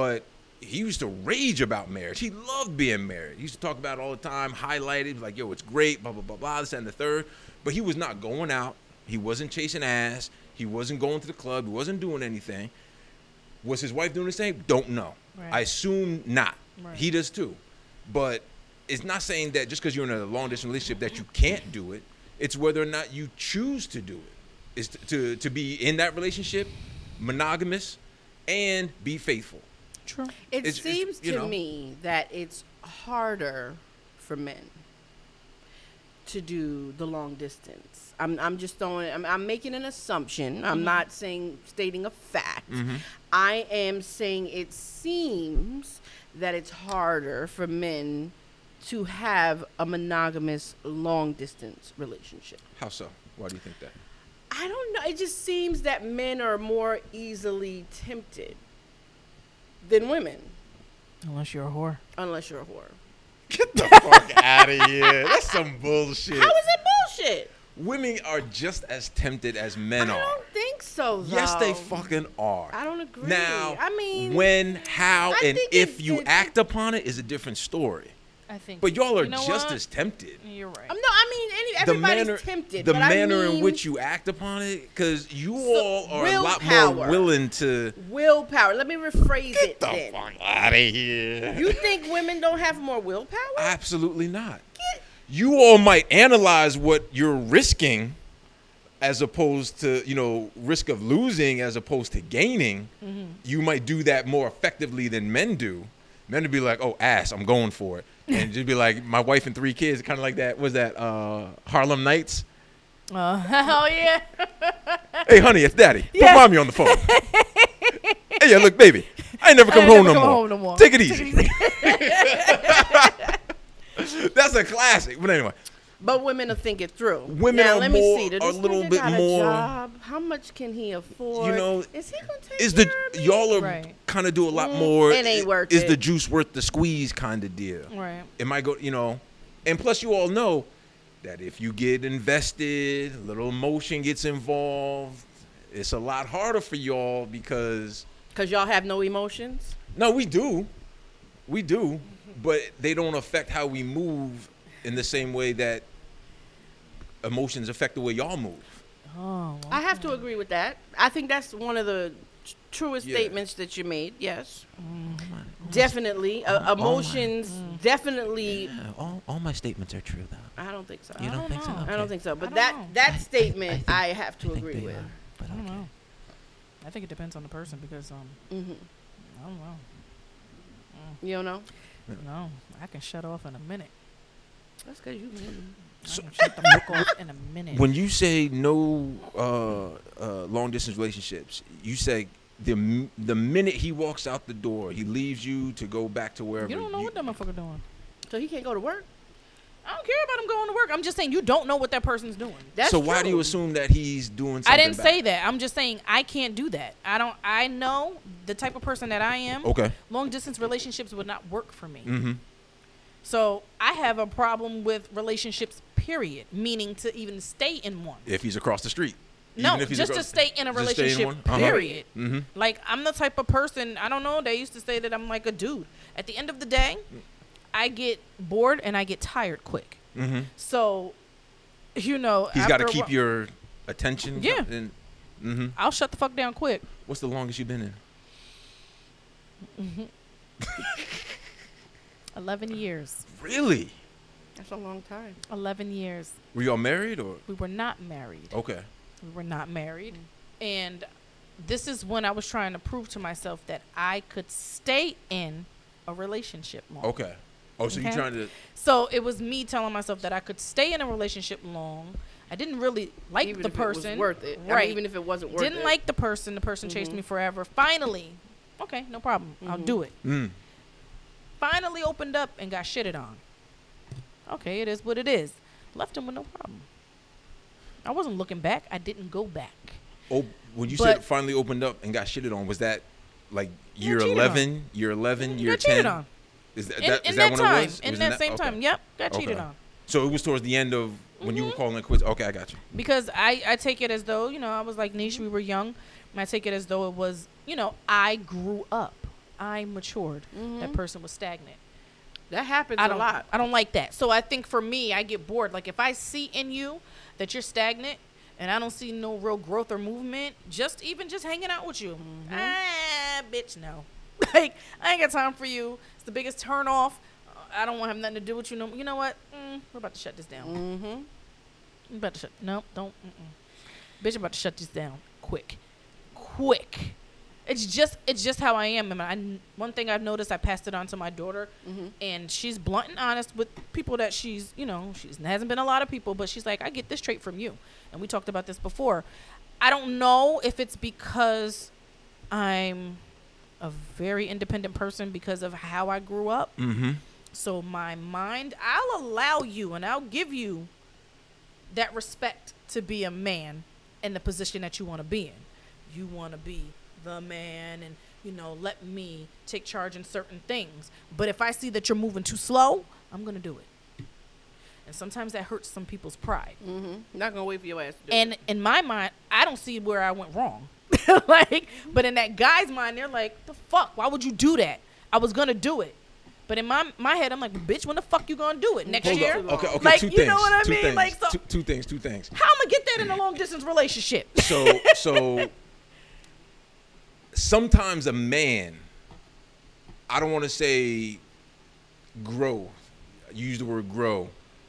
But he used to rage about marriage. He loved being married. He used to talk about it all the time, highlight it, like yo, it's great, blah blah blah blah, this that, and the third. But he was not going out. He wasn't chasing ass. He wasn't going to the club. He wasn't doing anything. Was his wife doing the same? Don't know.
Right.
I assume not.
Right.
He does too. But it's not saying that just because you're in a long distance relationship that you can't do it. It's whether or not you choose to do it. Is to, to, to be in that relationship, monogamous, and be faithful.
True.
It
It's- it's-
seems
you
to
know.
me that it's harder for men to do the long distance. I'm, I'm just throwing. I'm, I'm making an assumption. I'm not saying stating a fact. I am saying it seems that it's harder for men to have a monogamous long distance relationship.
How so? Why do you think that?
I don't know. It just seems that men are more easily tempted than women,
Unless you're a whore.
unless you're a whore.
Get the fuck <laughs> out of here. That's some bullshit.
How is it bullshit?
Women are just as tempted as men
I
are.
don't think so. Though.
Yes, they fucking are.
I don't agree.
Now,
I mean,
when, how,
I
and
think
if
it's-
you
it's-
act upon it is a different story.
I think.
But y'all are
You know
just
what?
as tempted.
You're right.
Um, no, I mean, any, everybody's tempted.
the
but
manner
I mean,
in which you act upon it, because you all are a lot more
willpower.
willing to.
willpower. Let me rephrase it.
The
then.
fuck out of here!
You think women don't have more willpower?
Absolutely not.
Get-
You all might analyze what you're risking, as opposed to you know risk of losing as opposed to gaining.
Mm-hmm.
You might do that more effectively than men do. Men would be like, "Oh, ass, I'm going for it,"
<laughs>
and just be like, "My wife and three kids," kind of like that. Was that uh, Harlem Nights?
Uh, <laughs> hell yeah.
<laughs> Hey, honey, it's daddy.
Yeah.
Put mommy on
<laughs>
the phone. hey, yeah, look, baby. I ain't never come,
ain't
home,
never
no
come
more.
home no more. <laughs>
Take it easy. <laughs> That's a classic. But anyway,
But women will think it through.
Women
now,
are
let me
more-
see. Does
are a
this
little
nigga
bit
got a
more-
Job? How much can he afford?
know,
is he gonna take
is the
care of me?
y'all are
Right.
kind of do a lot
Mm,
more.
it ain't worth
Is
it.
the juice worth the squeeze kind of deal?
Right.
It might go, you know, and plus you all know that if you get invested, a little emotion gets involved. It's a lot harder for y'all because
Cause y'all have no emotions.
No, we do. We do. But they don't affect how we move in the same way that emotions affect the way y'all move.
Oh.
I have to agree with that. I think that's one of the t- truest
Yeah.
statements that you made. Yes,
Mm-hmm.
definitely. Uh, emotions definitely.
all, all my statements are true, though.
I don't think so.
You
don't
don't, think so?
know.
I don't think so. But
don't
that
know.
that
I- I- I
statement
think-
I, have to
I think
agree
they
with.
are, but
I don't
okay.
know. I think it depends on the person because um
hmm
I don't know. Mm,
You don't know.
No, I can shut off in a minute.
That's because you.
I can shut the fuck off in a
<laughs>
minute.
When you say no uh, uh, long distance relationships, you say the m- the minute he walks out the door, he leaves you to go back to wherever.
you don't know what that motherfucker doing.
So he can't go to work.
I don't care about him going to work. I'm just saying you don't know what that person's doing.
That's
so why do you
true.
assume that he's doing? something
I didn't
back?
say that. I'm just saying I can't do that. I don't. I know the type of person that I am.
Okay.
Long distance relationships would not work for me.
Mm-hmm.
So I have a problem with relationships. Period. Meaning to even stay in one.
If he's across the street.
No,
Even if he's
just to
across-
stay in a
just stay in
relationship.
one? Uh-huh.
Period.
Mm-hmm.
Like I'm the type of person. I don't know. They used to say that I'm like a dude. At the end of the day, I get bored and I get tired quick.
Mm-hmm.
So, you know,
He's got to
after a
keep
whi-
your attention.
Yeah.
And, mm-hmm.
I'll shut the fuck down quick.
What's the longest you've been in?
11 years.
Really?
That's a long time.
11 years.
Were y'all married or?
We were not married.
Okay.
We were not married. And this is when I was trying to prove to myself that I could stay in a relationship long.
Okay. Oh, so
Okay.
you're trying to?
So it was me telling myself that I could stay in a relationship long. I didn't really like
even
the
if
person.
it was worth it. I mean,
Right.
even if it wasn't worth
didn't
it.
like the person. The person chased me forever. Finally, okay, no problem. I'll do it.
Mm.
Finally opened up and got shitted on. Okay, it is what it is. Left him with no problem. I wasn't looking back. I didn't go back.
Oh, when you
But-
said finally opened up and got shitted on, was that like
Yeah,
year
cheated on.
eleven, year eleven,
You
year
got cheated
ten?
on.
Is that,
In
that,
in
is
that,
that, when
time.
it was? It
In
was
that, same
okay.
time. Yep, got cheated
Okay.
on.
So it was towards the end of when
Mm-hmm.
you were calling it quits. Okay, I got you.
because I, I take it as though you know I was like niche we were young and I take it as though it was you know I grew up I matured that person was stagnant
That happens
I
a
don't
lot.
I don't like that so I think for me I get bored like if I see in you that you're stagnant and I don't see no real growth or movement just even just hanging out with you
Mm-hmm.
ah bitch no <laughs> like I ain't got time for you it's the biggest turn off I don't want to have nothing to do with you no you know what mm, we're about to shut this down
Mm-hmm.
you about to shut. No, don't. Mm-mm. Bitch, I'm about to shut this down quick, quick. It's just, it's just how I am. And I, one thing I've noticed, I passed it on to my daughter,
Mm-hmm.
and she's blunt and honest with people that she's, you know, she's hasn't been a lot of people, but she's like, I get this trait from you, and we talked about this before. I don't know if it's because I'm a very independent person because of how I grew up.
Mm-hmm.
So my mind, I'll allow you and I'll give you that respect to be a man in the position that you want to be in. You want to be the man and you know, let me take charge in certain things. But if I see that you're moving too slow, I'm gonna do it. And sometimes that hurts some people's pride.
Mm-hmm. Not gonna wait for your ass to do
And
it.
in my mind, I don't see where I went
<laughs>
wrong. <laughs> like, but in that guy's mind, they're like, "The fuck? Why would you do that? I was gonna do it." But in my my head, I'm like, "Bitch, when the fuck you gonna do it next
Hold
year?"
up. Okay, okay.
Like,
two
you know
things.
what I
two
mean?
Things,
Like, so-
two, two things. Two things.
How am I get that in a long distance
<laughs>
relationship?
So so
sometimes a man i don't want to say grow use the word grow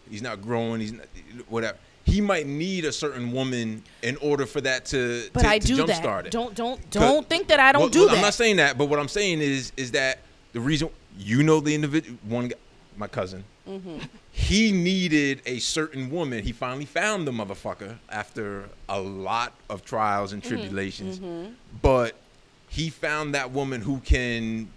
he's not growing he's not, whatever he might need a certain woman in order for that to
But
to,
I
to
do that.
jumpstart it
Don't don't
Cut.
don't think that I don't
Well,
do
well,
that.
I'm not saying that, but what I'm saying is is that the reason you know the individual one guy, my cousin,
Mm-hmm.
he needed a certain woman. He finally found the motherfucker after a lot of trials
Mm-hmm.
and tribulations, but he found that woman who can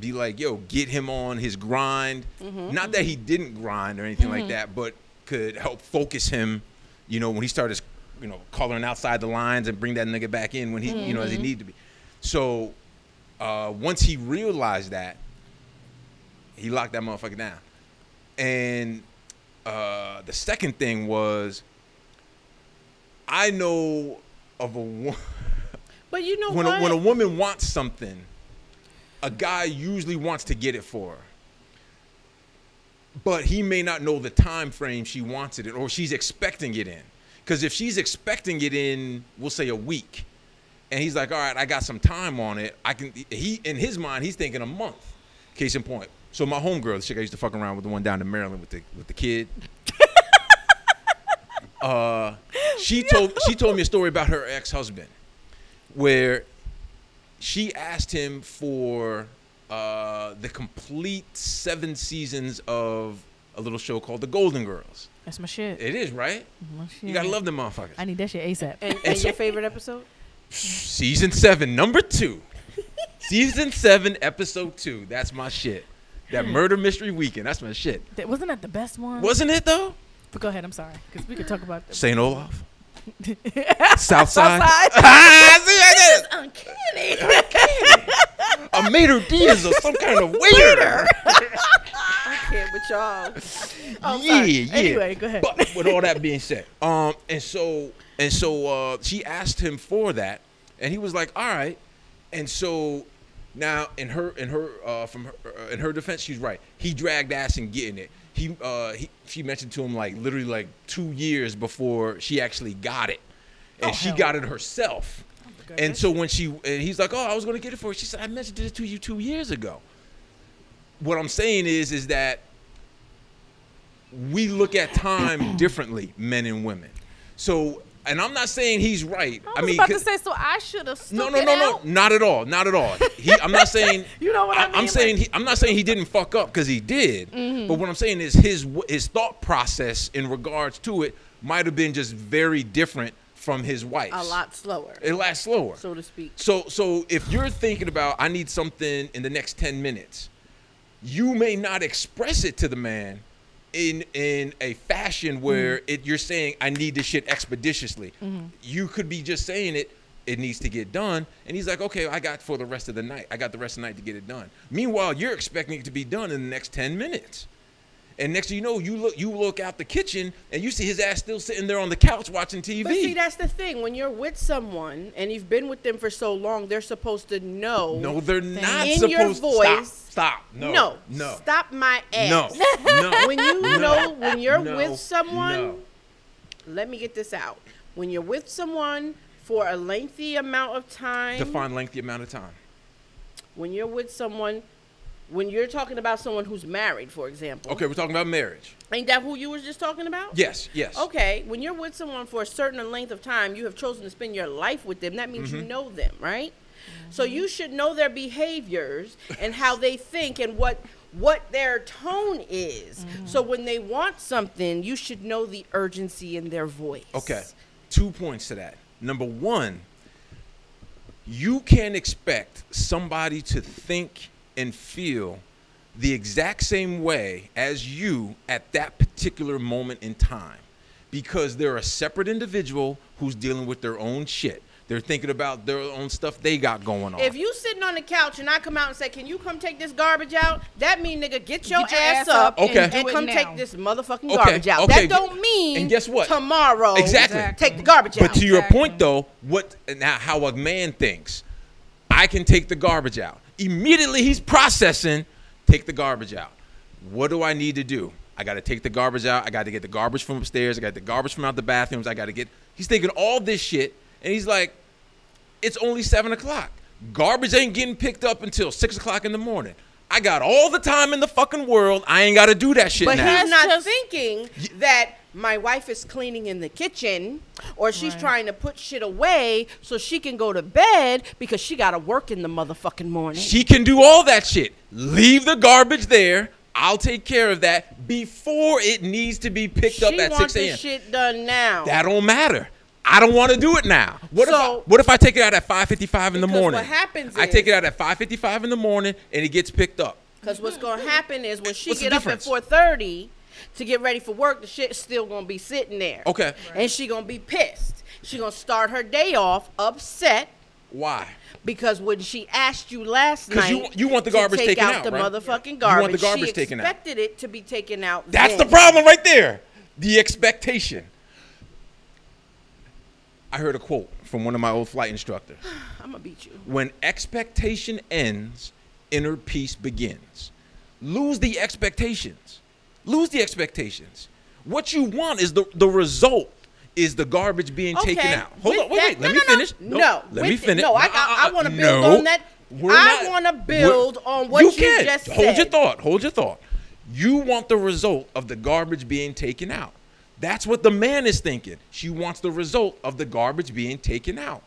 be like, yo, get him on his grind. Not that he didn't grind or anything like that, but could help focus him, you know, when he started, you know, coloring outside the lines and bring that nigga back in when he, you know, as he needed to be. So uh, once he realized that, he locked that motherfucker down. And uh, the second thing was, I know of a woman.
But you know
when
what?
a, when a woman wants something, a guy usually wants to get it for her. But he may not know the time frame she wants it in, or she's expecting it in. Because if she's expecting it in, we'll say a week, and he's like, "All right, I got some time on it. I can." He in his mind, he's thinking a month. Case in point. So my homegirl, the chick I used to fuck around with, the one down in Maryland with the with
<laughs>
the kid. uh, she told she told me a story about her ex husband, where she asked him for uh, the complete seven seasons of a little show called The Golden Girls.
That's my shit.
It is right.
My
You
shit.
gotta love them motherfuckers.
I need that shit ASAP.
<laughs>
and, and your favorite episode?
Season seven, number two. Season seven, episode two. That's my shit. That murder mystery weekend. That's my shit.
That- wasn't that the best one?
Wasn't it though?
But go ahead. I'm sorry, because we could talk about this.
Saint Olaf.
Outside.
Southside. Ah, <laughs> see, I did it.
Uncanny.
A maitre d' or some kind of waiter.
I can't with y'all.
Oh,
yeah,
sorry.
yeah.
Anyway, go ahead.
But with all that
<laughs>
being said, um, and so and so uh, she asked him for that, and he was like, "All right." And so now, in her in her uh, from her, uh, in her defense, she's right. He dragged ass in getting it. He uh, he she mentioned to him like literally like two years before she actually got it, and
Oh,
she
hell. Oh,
got it herself. And so when she and he's like, "Oh, I was gonna get it for," her. she said, "I mentioned it to you two years ago." What I'm saying is, is that we look at time <clears throat> differently, men and women. So, and I'm not saying he's right.
I
I,
was
mean,
about to
'cause-
say, so I should have.
no, no, no, no, not at all, not at all. He, I'm not saying.
<laughs> You know what I mean? Mm-hmm.
am saying he, I'm not saying he didn't fuck up because he did. But what I'm saying is his w- his thought process in regards to it might have been just very different from his wife's.
A lot slower,
It lasts slower.
so to speak.
So so if you're thinking about I need something in the next 10 minutes, you may not express it to the man in in a fashion where
Mm-hmm.
it you're saying I need this shit expeditiously. You could be just saying it it needs to get done and he's like okay I got for the rest of the night. I got the rest of the night to get it done. Meanwhile, you're expecting it to be done in the next 10 minutes. And next thing you know, you look you look out the kitchen and you see his ass still sitting there on the couch watching TV.
But see, that's the thing. When you're with someone and you've been with them for so long, they're supposed to know.
No, they're not
In
supposed
your
to
voice-
stop. Stop. No.
no,
No.
Stop my ass. <laughs>
No. No.
When you
No.
know, when you're
No.
with someone,
No.
let me get this out. When you're with someone for a lengthy amount of time,
Define lengthy amount of time.
when you're with someone, when you're talking about someone who's married, for example,
Okay, we're talking about marriage.
ain't that who you was just talking about?
Yes. Yes.
Okay, when you're with someone for a certain length of time, you have chosen to spend your life with them. That means
Mm-hmm.
you know them, right? So you should know their behaviors and how they think and what what their tone is. So when they want something, you should know the urgency in their voice.
Okay. Two points to that. Number one, you can expect somebody to think and feel the exact same way as you at that particular moment in time because they're a separate individual who's dealing with their own shit. They're thinking about their own stuff they got going on.
If you sitting on the couch and I come out and say, "Can you come take this garbage out?" That mean, nigga, get your,
Get your
ass,
ass
up,
up
and Okay.
and,
do
it
come
now.
take this motherfucking
Okay,
garbage out.
okay.
That don't mean
And guess what?
tomorrow
Exactly.
take the garbage
But
out.
to your
Exactly.
point, though, what now? How a man thinks, I can take the garbage out immediately. He's processing, take the garbage out. What do I need to do? I got to take the garbage out. I got to get the garbage from upstairs. I got the garbage from out the bathrooms. I got to get. He's thinking all this shit, and he's like, "It's only seven o'clock. Garbage ain't getting picked up until six o'clock in the morning. I got all the time in the fucking world. I ain't got to do that shit
But
now."
he's not
just-
thinking that my wife is cleaning in the kitchen or she's trying to put shit away so she can go to bed because she got to work in the motherfucking morning.
She can do all that shit. Leave the garbage there. I'll take care of that before it needs to be picked up
She
at
wants
6
this
a.m.
shit done now.
That don't matter. I don't want to do it now. What
So-
if I, what if I take it out at 5:55 in the
Because what
morning?
happens
I take
is-
it out at 5:55 in the morning and it gets picked up.
Because what's gonna happen is when she
What's the
get up at
difference?
four thirty to get ready for work, the shit's still gonna be sitting there.
Okay.
And she gonna be pissed. She gonna start her day off upset
Why?
because when she asked you last
'Cause
night,
you- you want the
to
garbage
take
taken
out,
out,
the
right?
motherfucking
You
garbage.
want the
she
garbage taken out.
expected it to be taken out.
That's
then.
the problem right there. The expectation. I heard a quote from one of my old flight instructors.
I'm gonna beat you.
When expectation ends, inner peace begins. Lose the expectations. Lose the expectations. What you want is the the result is the garbage being
Okay,
taken out. Hold
with
on, wait,
that-
wait.
no,
Let me
no, no,
finish.
No,
let
with
me
the-
finish.
No, I, I, I
Uh-uh-uh,
want to build
no.
on that.
We're
I
not-
want to
we're-
build on what you,
can.
just
hold
said.
your thought. Hold your thought. You want the result of the garbage being taken out. That's what the man is thinking. She wants the result of the garbage being taken out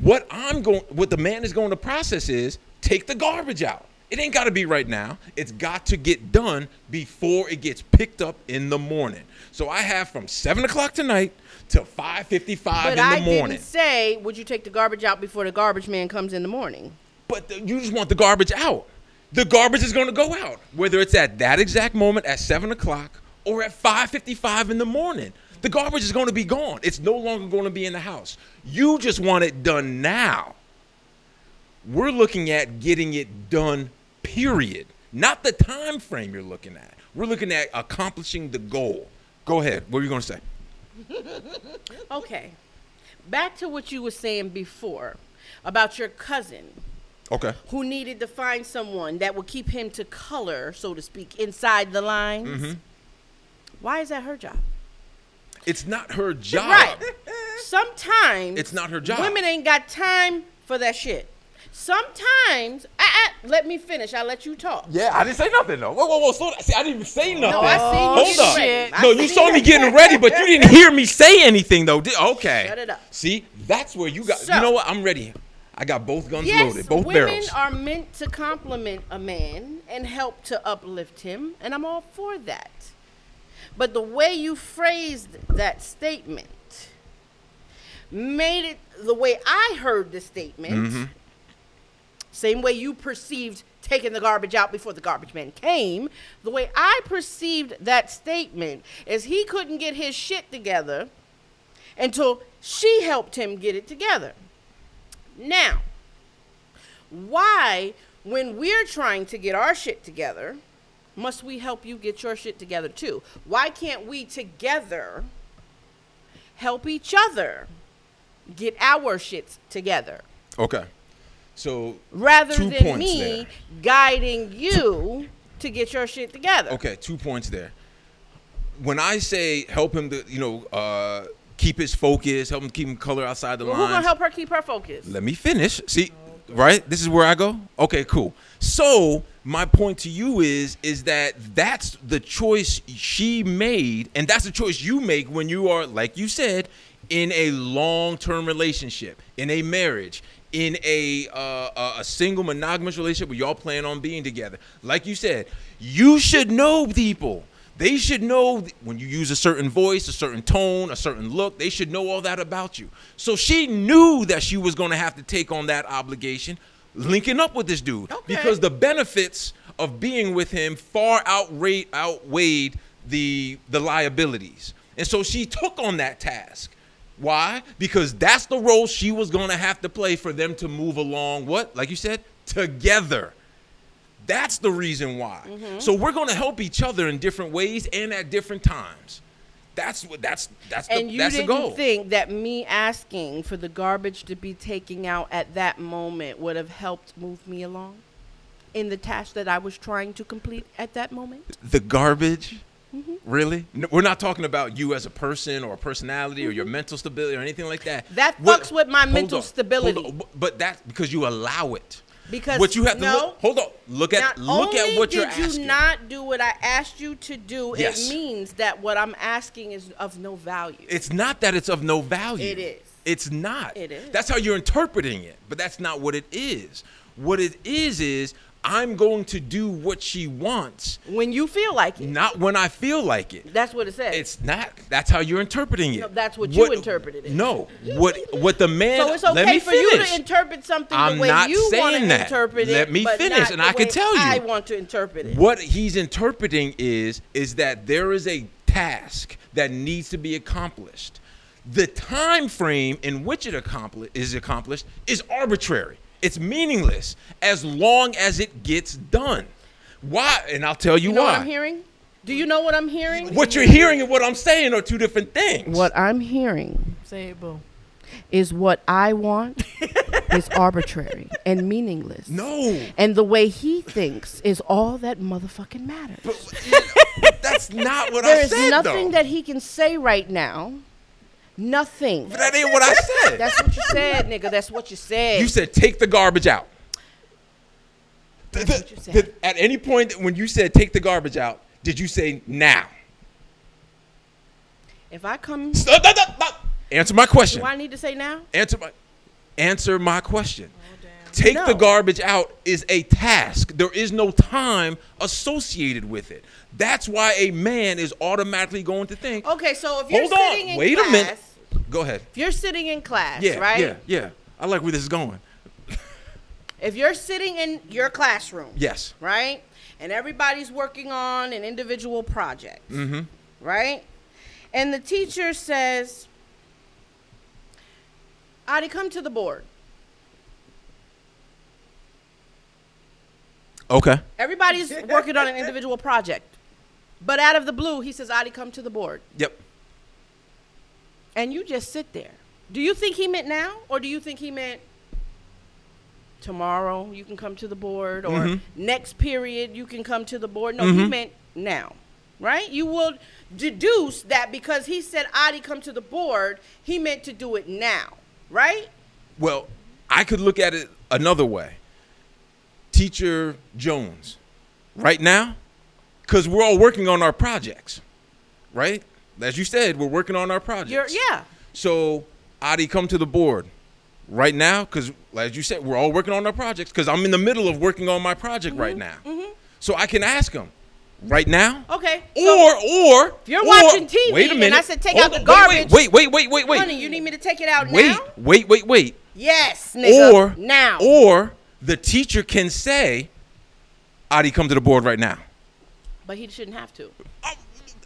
what I'm going, what the man is going to process is take the garbage out. It ain't got to be right now. It's got to get done before it gets picked up in the morning. So I have from seven o'clock tonight to five fifty-five
But
in the
I
morning.
didn't say, would you take the garbage out before the garbage man comes in the morning?
But the, you just want the garbage out. The garbage is going to go out, whether it's at that exact moment at seven o'clock or at five fifty-five in the morning. The garbage is going to be gone. It's no longer going to be in the house. You just want it done now. We're looking at getting it done. Period. Not the time frame you're looking at. We're looking at accomplishing the goal. Go ahead. What are you going to say?
Okay. Back to what you were saying before about your cousin
Okay.
who needed to find someone that would keep him to color, so to speak, inside the lines.
Mm-hmm.
Why is that her job?
It's not her job.
<laughs> Right. Sometimes <laughs>
It's not her job.
Women ain't got time for that shit. Sometimes, I, I, let me finish. I'll let you talk.
Yeah, I didn't say nothing though. Whoa, whoa, whoa! Slow down. See, I didn't even say nothing.
No, I seen you
Hold
getting
up.
ready. I
No,
seen
you saw
it.
me getting ready, but you didn't hear me say anything though. Did, okay.
Shut it up.
See, that's where you got.
So-
you know what? I'm ready. I got both guns
Yes,
loaded, both
women
barrels.
are meant to compliment a man and help to uplift him, and I'm all for that. But the way you phrased that statement made it the way I heard the statement,
Mm-hmm.
same way you perceived taking the garbage out before the garbage man came, the way I perceived that statement is he couldn't get his shit together until she helped him get it together. Now, why, when we're trying to get our shit together, must we help you get your shit together too? Why can't we together help each other get our shits together
okay. So
rather
two
than
points
me
there.
guiding you to get your shit together?
Okay, two points there. When I say help him to, you know, uh, keep his focus, help him keep him color outside the
Well,
line.
who's gonna help her keep her focus?
Let me finish. See, right? This is where I go. Okay, cool. So my point to you is, is that that's the choice she made, and that's the choice you make when you are, like you said, in a long-term relationship, in a marriage, in a uh, a- a single monogamous relationship where y'all plan on being together. Like you said, you should know people. They should know th- when you use a certain voice, a certain tone, a certain look, they should know all that about you. So she knew that she was going to have to take on that obligation linking up with this dude because the benefits of being with him far outweighed, outweighed the the liabilities. And so she took on that task Why? Because that's the role she was going to have to play for them to move along. What? Like you said, together. That's the reason why.
Mm-hmm.
So we're going to help each other in different ways and at different times. That's what. That's that's
And
the,
you
that's
didn't
the goal.
think that me asking for the garbage to be taken out at that moment would have helped move me along in the task that I was trying to complete at that moment?
the garbage.
Mm-hmm.
Really? No, we're not talking about you as a person or a personality or your mental stability or anything like that.
Mm-hmm. That
What-
fucks with my
hold
mental
on, hold
stability.
on, but- But that's because you allow it.
Because
what you have to
no,
look, hold on. Look at
Not
look at
only
what
did
you're
you
asking.
not do what I asked you to do,
Yes.
it means that what I'm asking is of no value.
It's not that it's of no value.
It is.
It's not.
It is.
That's how you're interpreting it, but that's not what it is. What it is is I'm going to do what she wants,
when you feel like it.
not when I feel like it.
That's what it says.
It's not. That's how you're interpreting it.
No, that's what you interpreted it.
No, what what the man?
so it's okay
let me
for you
finish.
to interpret something
I'm
the way
not
you want
saying
to
that.
interpret it.
Let me
but
finish
not
and
the
I can
way
tell you.
I want to interpret it.
What he's interpreting is is that there is a task that needs to be accomplished. The time frame in which it accompli- is accomplished is arbitrary. It's meaningless as long as it gets done. Why? And I'll tell you,
You know
why.
what I'm hearing? Do you know what I'm hearing?
What you're hearing and what I'm saying are two different things.
What I'm hearing
Say it, boo.
is what I
<laughs>
want is arbitrary and meaningless.
No.
And the way he thinks is all that motherfucking matters.
That's not
<laughs>
what
there
I
is
said
nothing
though.
that he can say right now. Nothing.
that ain't what I said.
That's what you said, nigga. That's what you said.
You said take the garbage out. Th-
That's what
th-
you said.
th- at any point when you said take the garbage out, did you say now?
if I come,
Stop, stop, stop, stop. Answer my question.
do I need to say now?
Answer my answer my question. Take
No.
the garbage out is a task. There is no time associated with it. That's why a man is automatically going to think.
Okay, so if Oh, you're
Hold
sitting
on.
in
Wait
class,
a minute. Go ahead.
if you're sitting in class,
Yeah.
right?
Yeah. Yeah. I like where this is going.
If you're sitting in your classroom,
Yes.
right? And everybody's working on an individual project, mm-hmm. right? And the teacher says, Adi, come to the board.
Okay.
Everybody's working on an individual project. But out of the blue, he says, Adi, come to the board.
Yep.
And you just sit there. Do you think he meant now? Or do you think he meant tomorrow you can come to the board? Or
Mhm.
next period you can come to the board? No,
Mm-hmm.
he meant now. Right? You will deduce that because he said, Adi, come to the board, he meant to do it now. Right?
Well, I could look at it another way. Teacher Jones, right now, because we're all working on our projects, right? As you said, we're working on our
You're,
projects.
yeah.
So, Adi, come to the board right now, because as you said, we're all working on our projects, because I'm in the middle of working on my project
Mm-hmm,
right now. So I can ask him right now.
Okay.
Or, or, if
Oh, you're watching TV
wait a
and
minute.
I said, "Take out the garbage,"
Wait, wait, wait, wait, wait.
Honey, you need me to take it out
wait,
now?
wait, wait, wait.
Yes, nigga.
Or
now.
or the teacher can say, "Adi, come to the board right now."
but he shouldn't have to.
Um,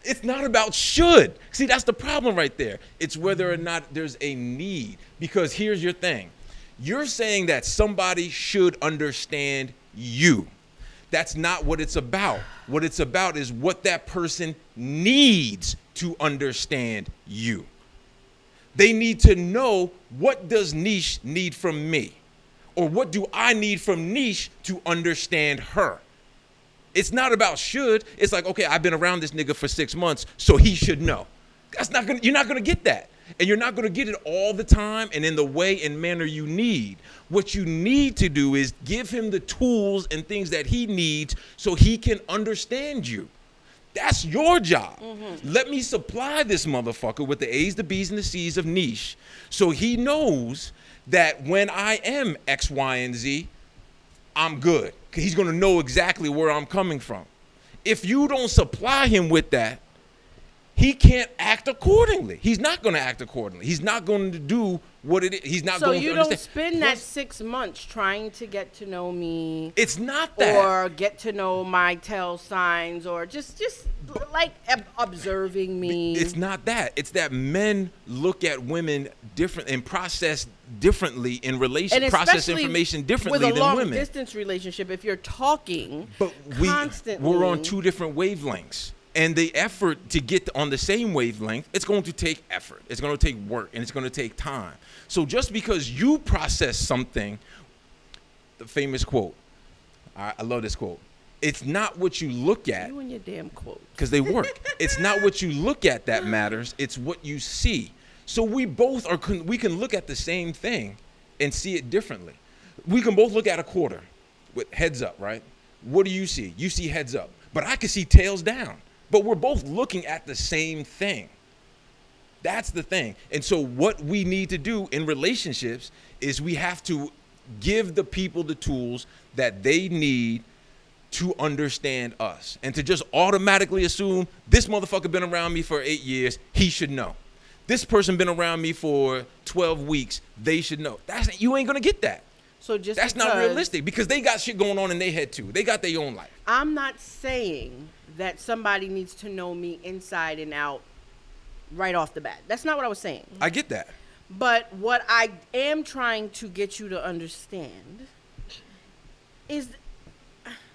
It's not about should. See, that's the problem right there. It's whether or not there's a need. Because here's your thing: you're saying that somebody should understand you. That's not what it's about. What it's about is what that person needs to understand you. They need to know what does niche need from me? Or what do I need from niche to understand her? It's not about should. It's like, okay, I've been around this nigga for six months, so he should know. That's not gonna you're not gonna get that. And you're not gonna get it all the time and in the way and manner you need. What you need to do is give him the tools and things that he needs so he can understand you. That's your job. Let me supply this motherfucker with the A's, the B's, and the C's of niche so he knows that when I am X, Y, and Z, I'm good. 'Cause He's gonna know exactly where I'm coming from. If you don't supply him with that, he can't act accordingly. He's not going to act accordingly. He's not going to do what it is. He's not
So
going
you
to
don't
understand.
spend that
Plus,
six months trying to get to know me
It's not that.
or get to know my tell signs or just just like ob- observing me.
It's not that. It's that men look at women different and process differently in relation, process
especially
information differently
with a
than
long
women.
distance relationship. If you're talking
but we
constantly,
we're on two different wavelengths, and the effort to get on the same wavelength, it's going to take effort. It's going to take work, and it's going to take time. So just because you process something, the famous quote, I, I love this quote. It's not what you look at.
You and your damn quote.
because they work. it's not what you look at that matters. It's what you see. So we both are. Con- we can look at the same thing and see it differently. We can both look at a quarter with heads up, right? What do you see? You see heads up, but I can see tails down. But we're both looking at the same thing. That's the thing. And so what we need to do in relationships is we have to give the people the tools that they need to understand us and to just automatically assume this motherfucker been around me for 8 years, he should know. This person been around me for 12 weeks, they should know. That's you ain't going to get that.
So just
That's not
because
realistic because they got shit going on in their head too. They got their own life.
I'm not saying that somebody needs to know me inside and out right off the bat. That's not what I was saying.
I get that.
But what I am trying to get you to understand is,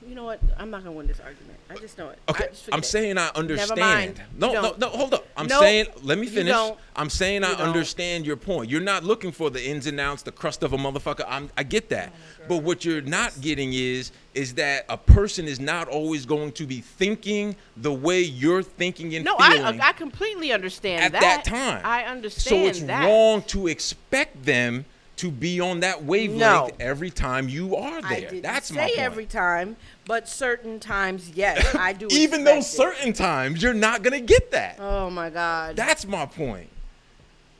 you know what? I'm not gonna win this argument. I just know it. I
Okay,
just forget
I'm
it.
saying I understand.
mind.
No,
You
no,
don't.
no, hold up. I'm
No,
saying, let me
you
finish.
don't.
I'm saying I
You don't.
understand your point. You're not looking for the ins and outs, the crust of a motherfucker. I'm, I get that. but what you're not getting is, is that a person is not always going to be thinking the way you're thinking and
No, I
feeling
I completely understand
at
that.
that, time.
I understand
So it's
that.
wrong to expect them to be on that wavelength
No.
every time you are there.
I didn't
That's
say
my point.
every time, but certain times,
<laughs>
yes, I do.
Even though
expect it.
certain times you're not gonna get that.
Oh my God.
That's my point.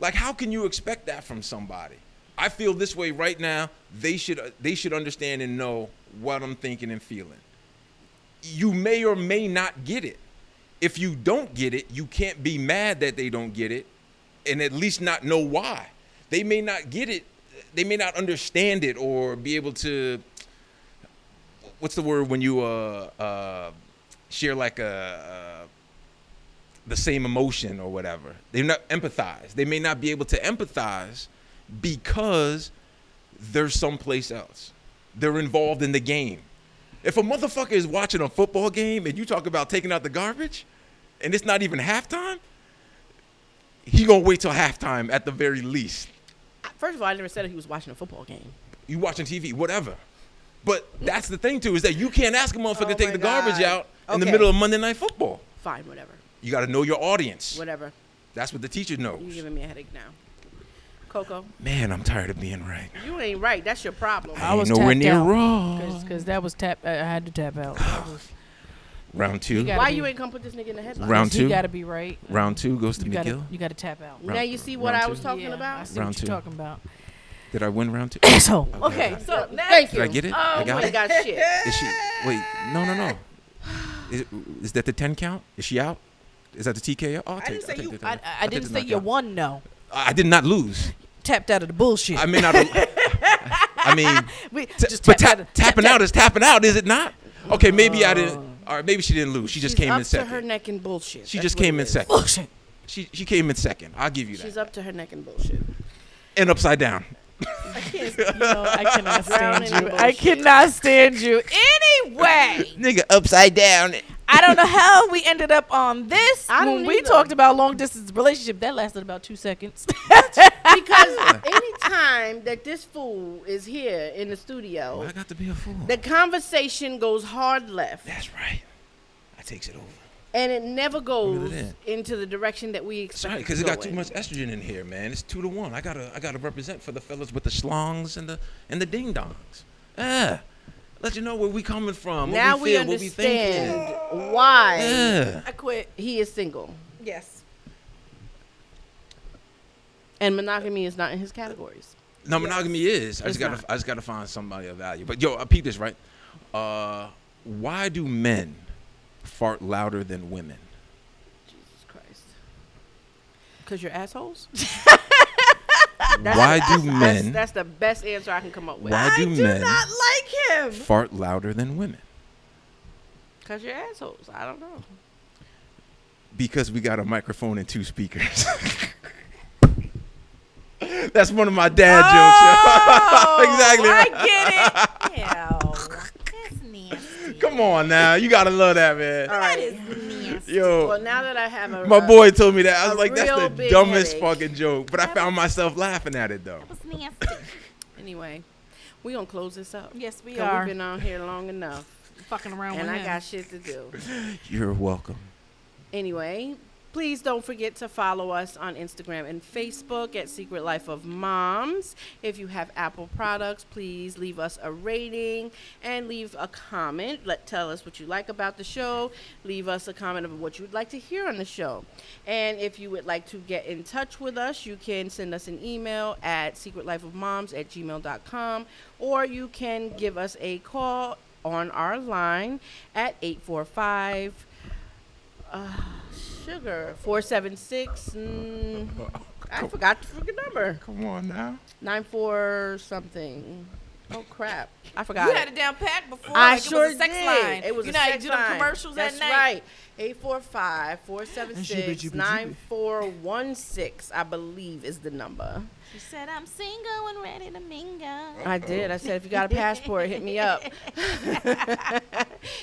Like, how can you expect that from somebody? I feel this way right now. They should uh, they should understand and know what I'm thinking and feeling. You may or may not get it. If you don't get it, you can't be mad that they don't get it, and at least not know why. They may not get it. They may not understand it or be able to. What's the word when you uh uh share like a. Uh, the same emotion or whatever. They're not empathize. They may not be able to empathize because they're someplace else. They're involved in the game. If a motherfucker is watching a football game and you talk about taking out the garbage and it's not even halftime, he gonna wait till halftime at the very least.
First of all, I never said he was watching a football game.
You watching TV, whatever. But that's the thing too, is that you can't ask a motherfucker
Oh
to take
my
the garbage
God.
out in the
Okay.
middle of Monday night football.
Fine, whatever,
You gotta know your audience.
whatever.
That's what the teacher
You're
knows.
giving me a headache now, Coco.
Man, I'm tired of being right.
You ain't right. That's your problem.
I
I
ain't
was
nowhere
tapped
near
out.
raw.
Because that was tap. I I had to tap
<sighs>
out. That was-
Round two.
gotta
Why
be-
you ain't come put this nigga in the headline?
Round
You
two.
gotta be right.
Round two goes to
You gotta,
McGill.
you gotta tap out.
Now
Round-
you see what
round
I
two.
was talking
Yeah, I
about.
see
Round
what you're
two.
talking <laughs> about.
Did I win round two?
So
<laughs> Okay, so next.
Thank
Did I get it?
Oh
I got
my
it.
God, shit.
Is she? Wait, no,
<sighs>
no, no. Is, is that the ten count? Is she out? Is that the TKO? Oh, I'll
didn't
take,
say
I'll take
you-
the
I, I,
knockout.
I
I'll take
didn't
the
say you
knockout.
won. No,
I I did not lose.
tapped out of the bullshit.
I mean,
<laughs>
I, don't, I mean,
we
ta-
just
but
tapped
tap,
out of-
tapping
tap-
out is tapping out, is it not? Okay, maybe I didn't. All right, maybe she didn't lose. She just
Oh. She's
came
up
in
to her
second.
neck in bullshit.
She
That's
just
what
came
it
in
is. <laughs>
second.
bullshit.
She she came in second. I'll give you
She's
that.
up to her neck in <laughs> bullshit.
And upside down.
<laughs> No, I cannot
Drown
stand
in
you.
the
I
bullshit.
cannot stand you. Anyway,
Nigga, upside down.
I don't know how we ended up on this.
I
when
don't
we
either.
talked about long distance relationship, that lasted about two seconds. <laughs>
<laughs> Because any time that this fool is here in the studio,
I got to be a fool.
the conversation goes hard left
That's right. I takes it over.
and it never goes
it
into the direction that we expect.
Sorry, because it got too
uh,
much estrogen in here, man. It's two to one. I gotta, I gotta represent for the fellas with the schlongs and the and the ding dongs. Yeah, let you know where we coming from. What
Now
we,
we,
feel, what we thinking.
understand why
Yeah.
I quit.
he is single
Yes.
and monogamy is not in his categories.
No, monogamy is. I
It's
just gotta,
not.
I just gotta find somebody of value. But yo, I peep this right. Uh,
<laughs>
why do men fart louder than women?
Jesus Christ. Because you're assholes? <laughs>
Why do men
That's the best answer I can come up with.
Why do
do
men
not like him.
fart louder than women?
Because you're assholes. I don't know.
Because we got a microphone and two speakers. <laughs> That's one of my dad
Oh,
jokes. yo. <laughs> exactly.
Oh, I
right.
get it.
That's nasty.
Come on now, you gotta love that man.
All
That
right.
is nasty.
Yo,
Well, now that I have a.
my
a-
boy told me that. I was
a
like, that's
real
the
big
dumbest
headache.
fucking joke. But I found myself laughing at it though.
That was nasty.
Anyway, we going to close this up.
Yes, we
'Cause
are
We've been on here long enough.
fucking around
And
with
I
him.
got shit to do. <laughs>
You're welcome.
Anyway, please don't forget to follow us on Instagram and Facebook at Secret Life of Moms. If you have Apple products, please leave us a rating and leave a comment. Let tell us what you like about the show. Leave us a comment of what you would like to hear on the show. And if you would like to get in touch with us, you can send us an email at secretlifeofmoms at gmail.com or you can give us a call on our line at 845- uh, sugar. 476. Mm, I forgot the freaking number.
Come on now.
94 something. Oh, crap. I forgot.
You
it.
had it down pat before.
I
like
sure
it was a sex
did.
line.
It was
you
a
know, how
sex
you do them
line.
commercials
That's
at night.
right. 845 476 9416, I believe, is the number.
She said, I'm single and ready to mingle.
I did. I said, if you got a passport, hit me <laughs> up.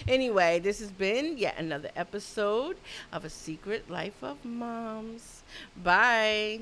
anyway, this has been yet another episode of A Secret Life of Moms. Bye.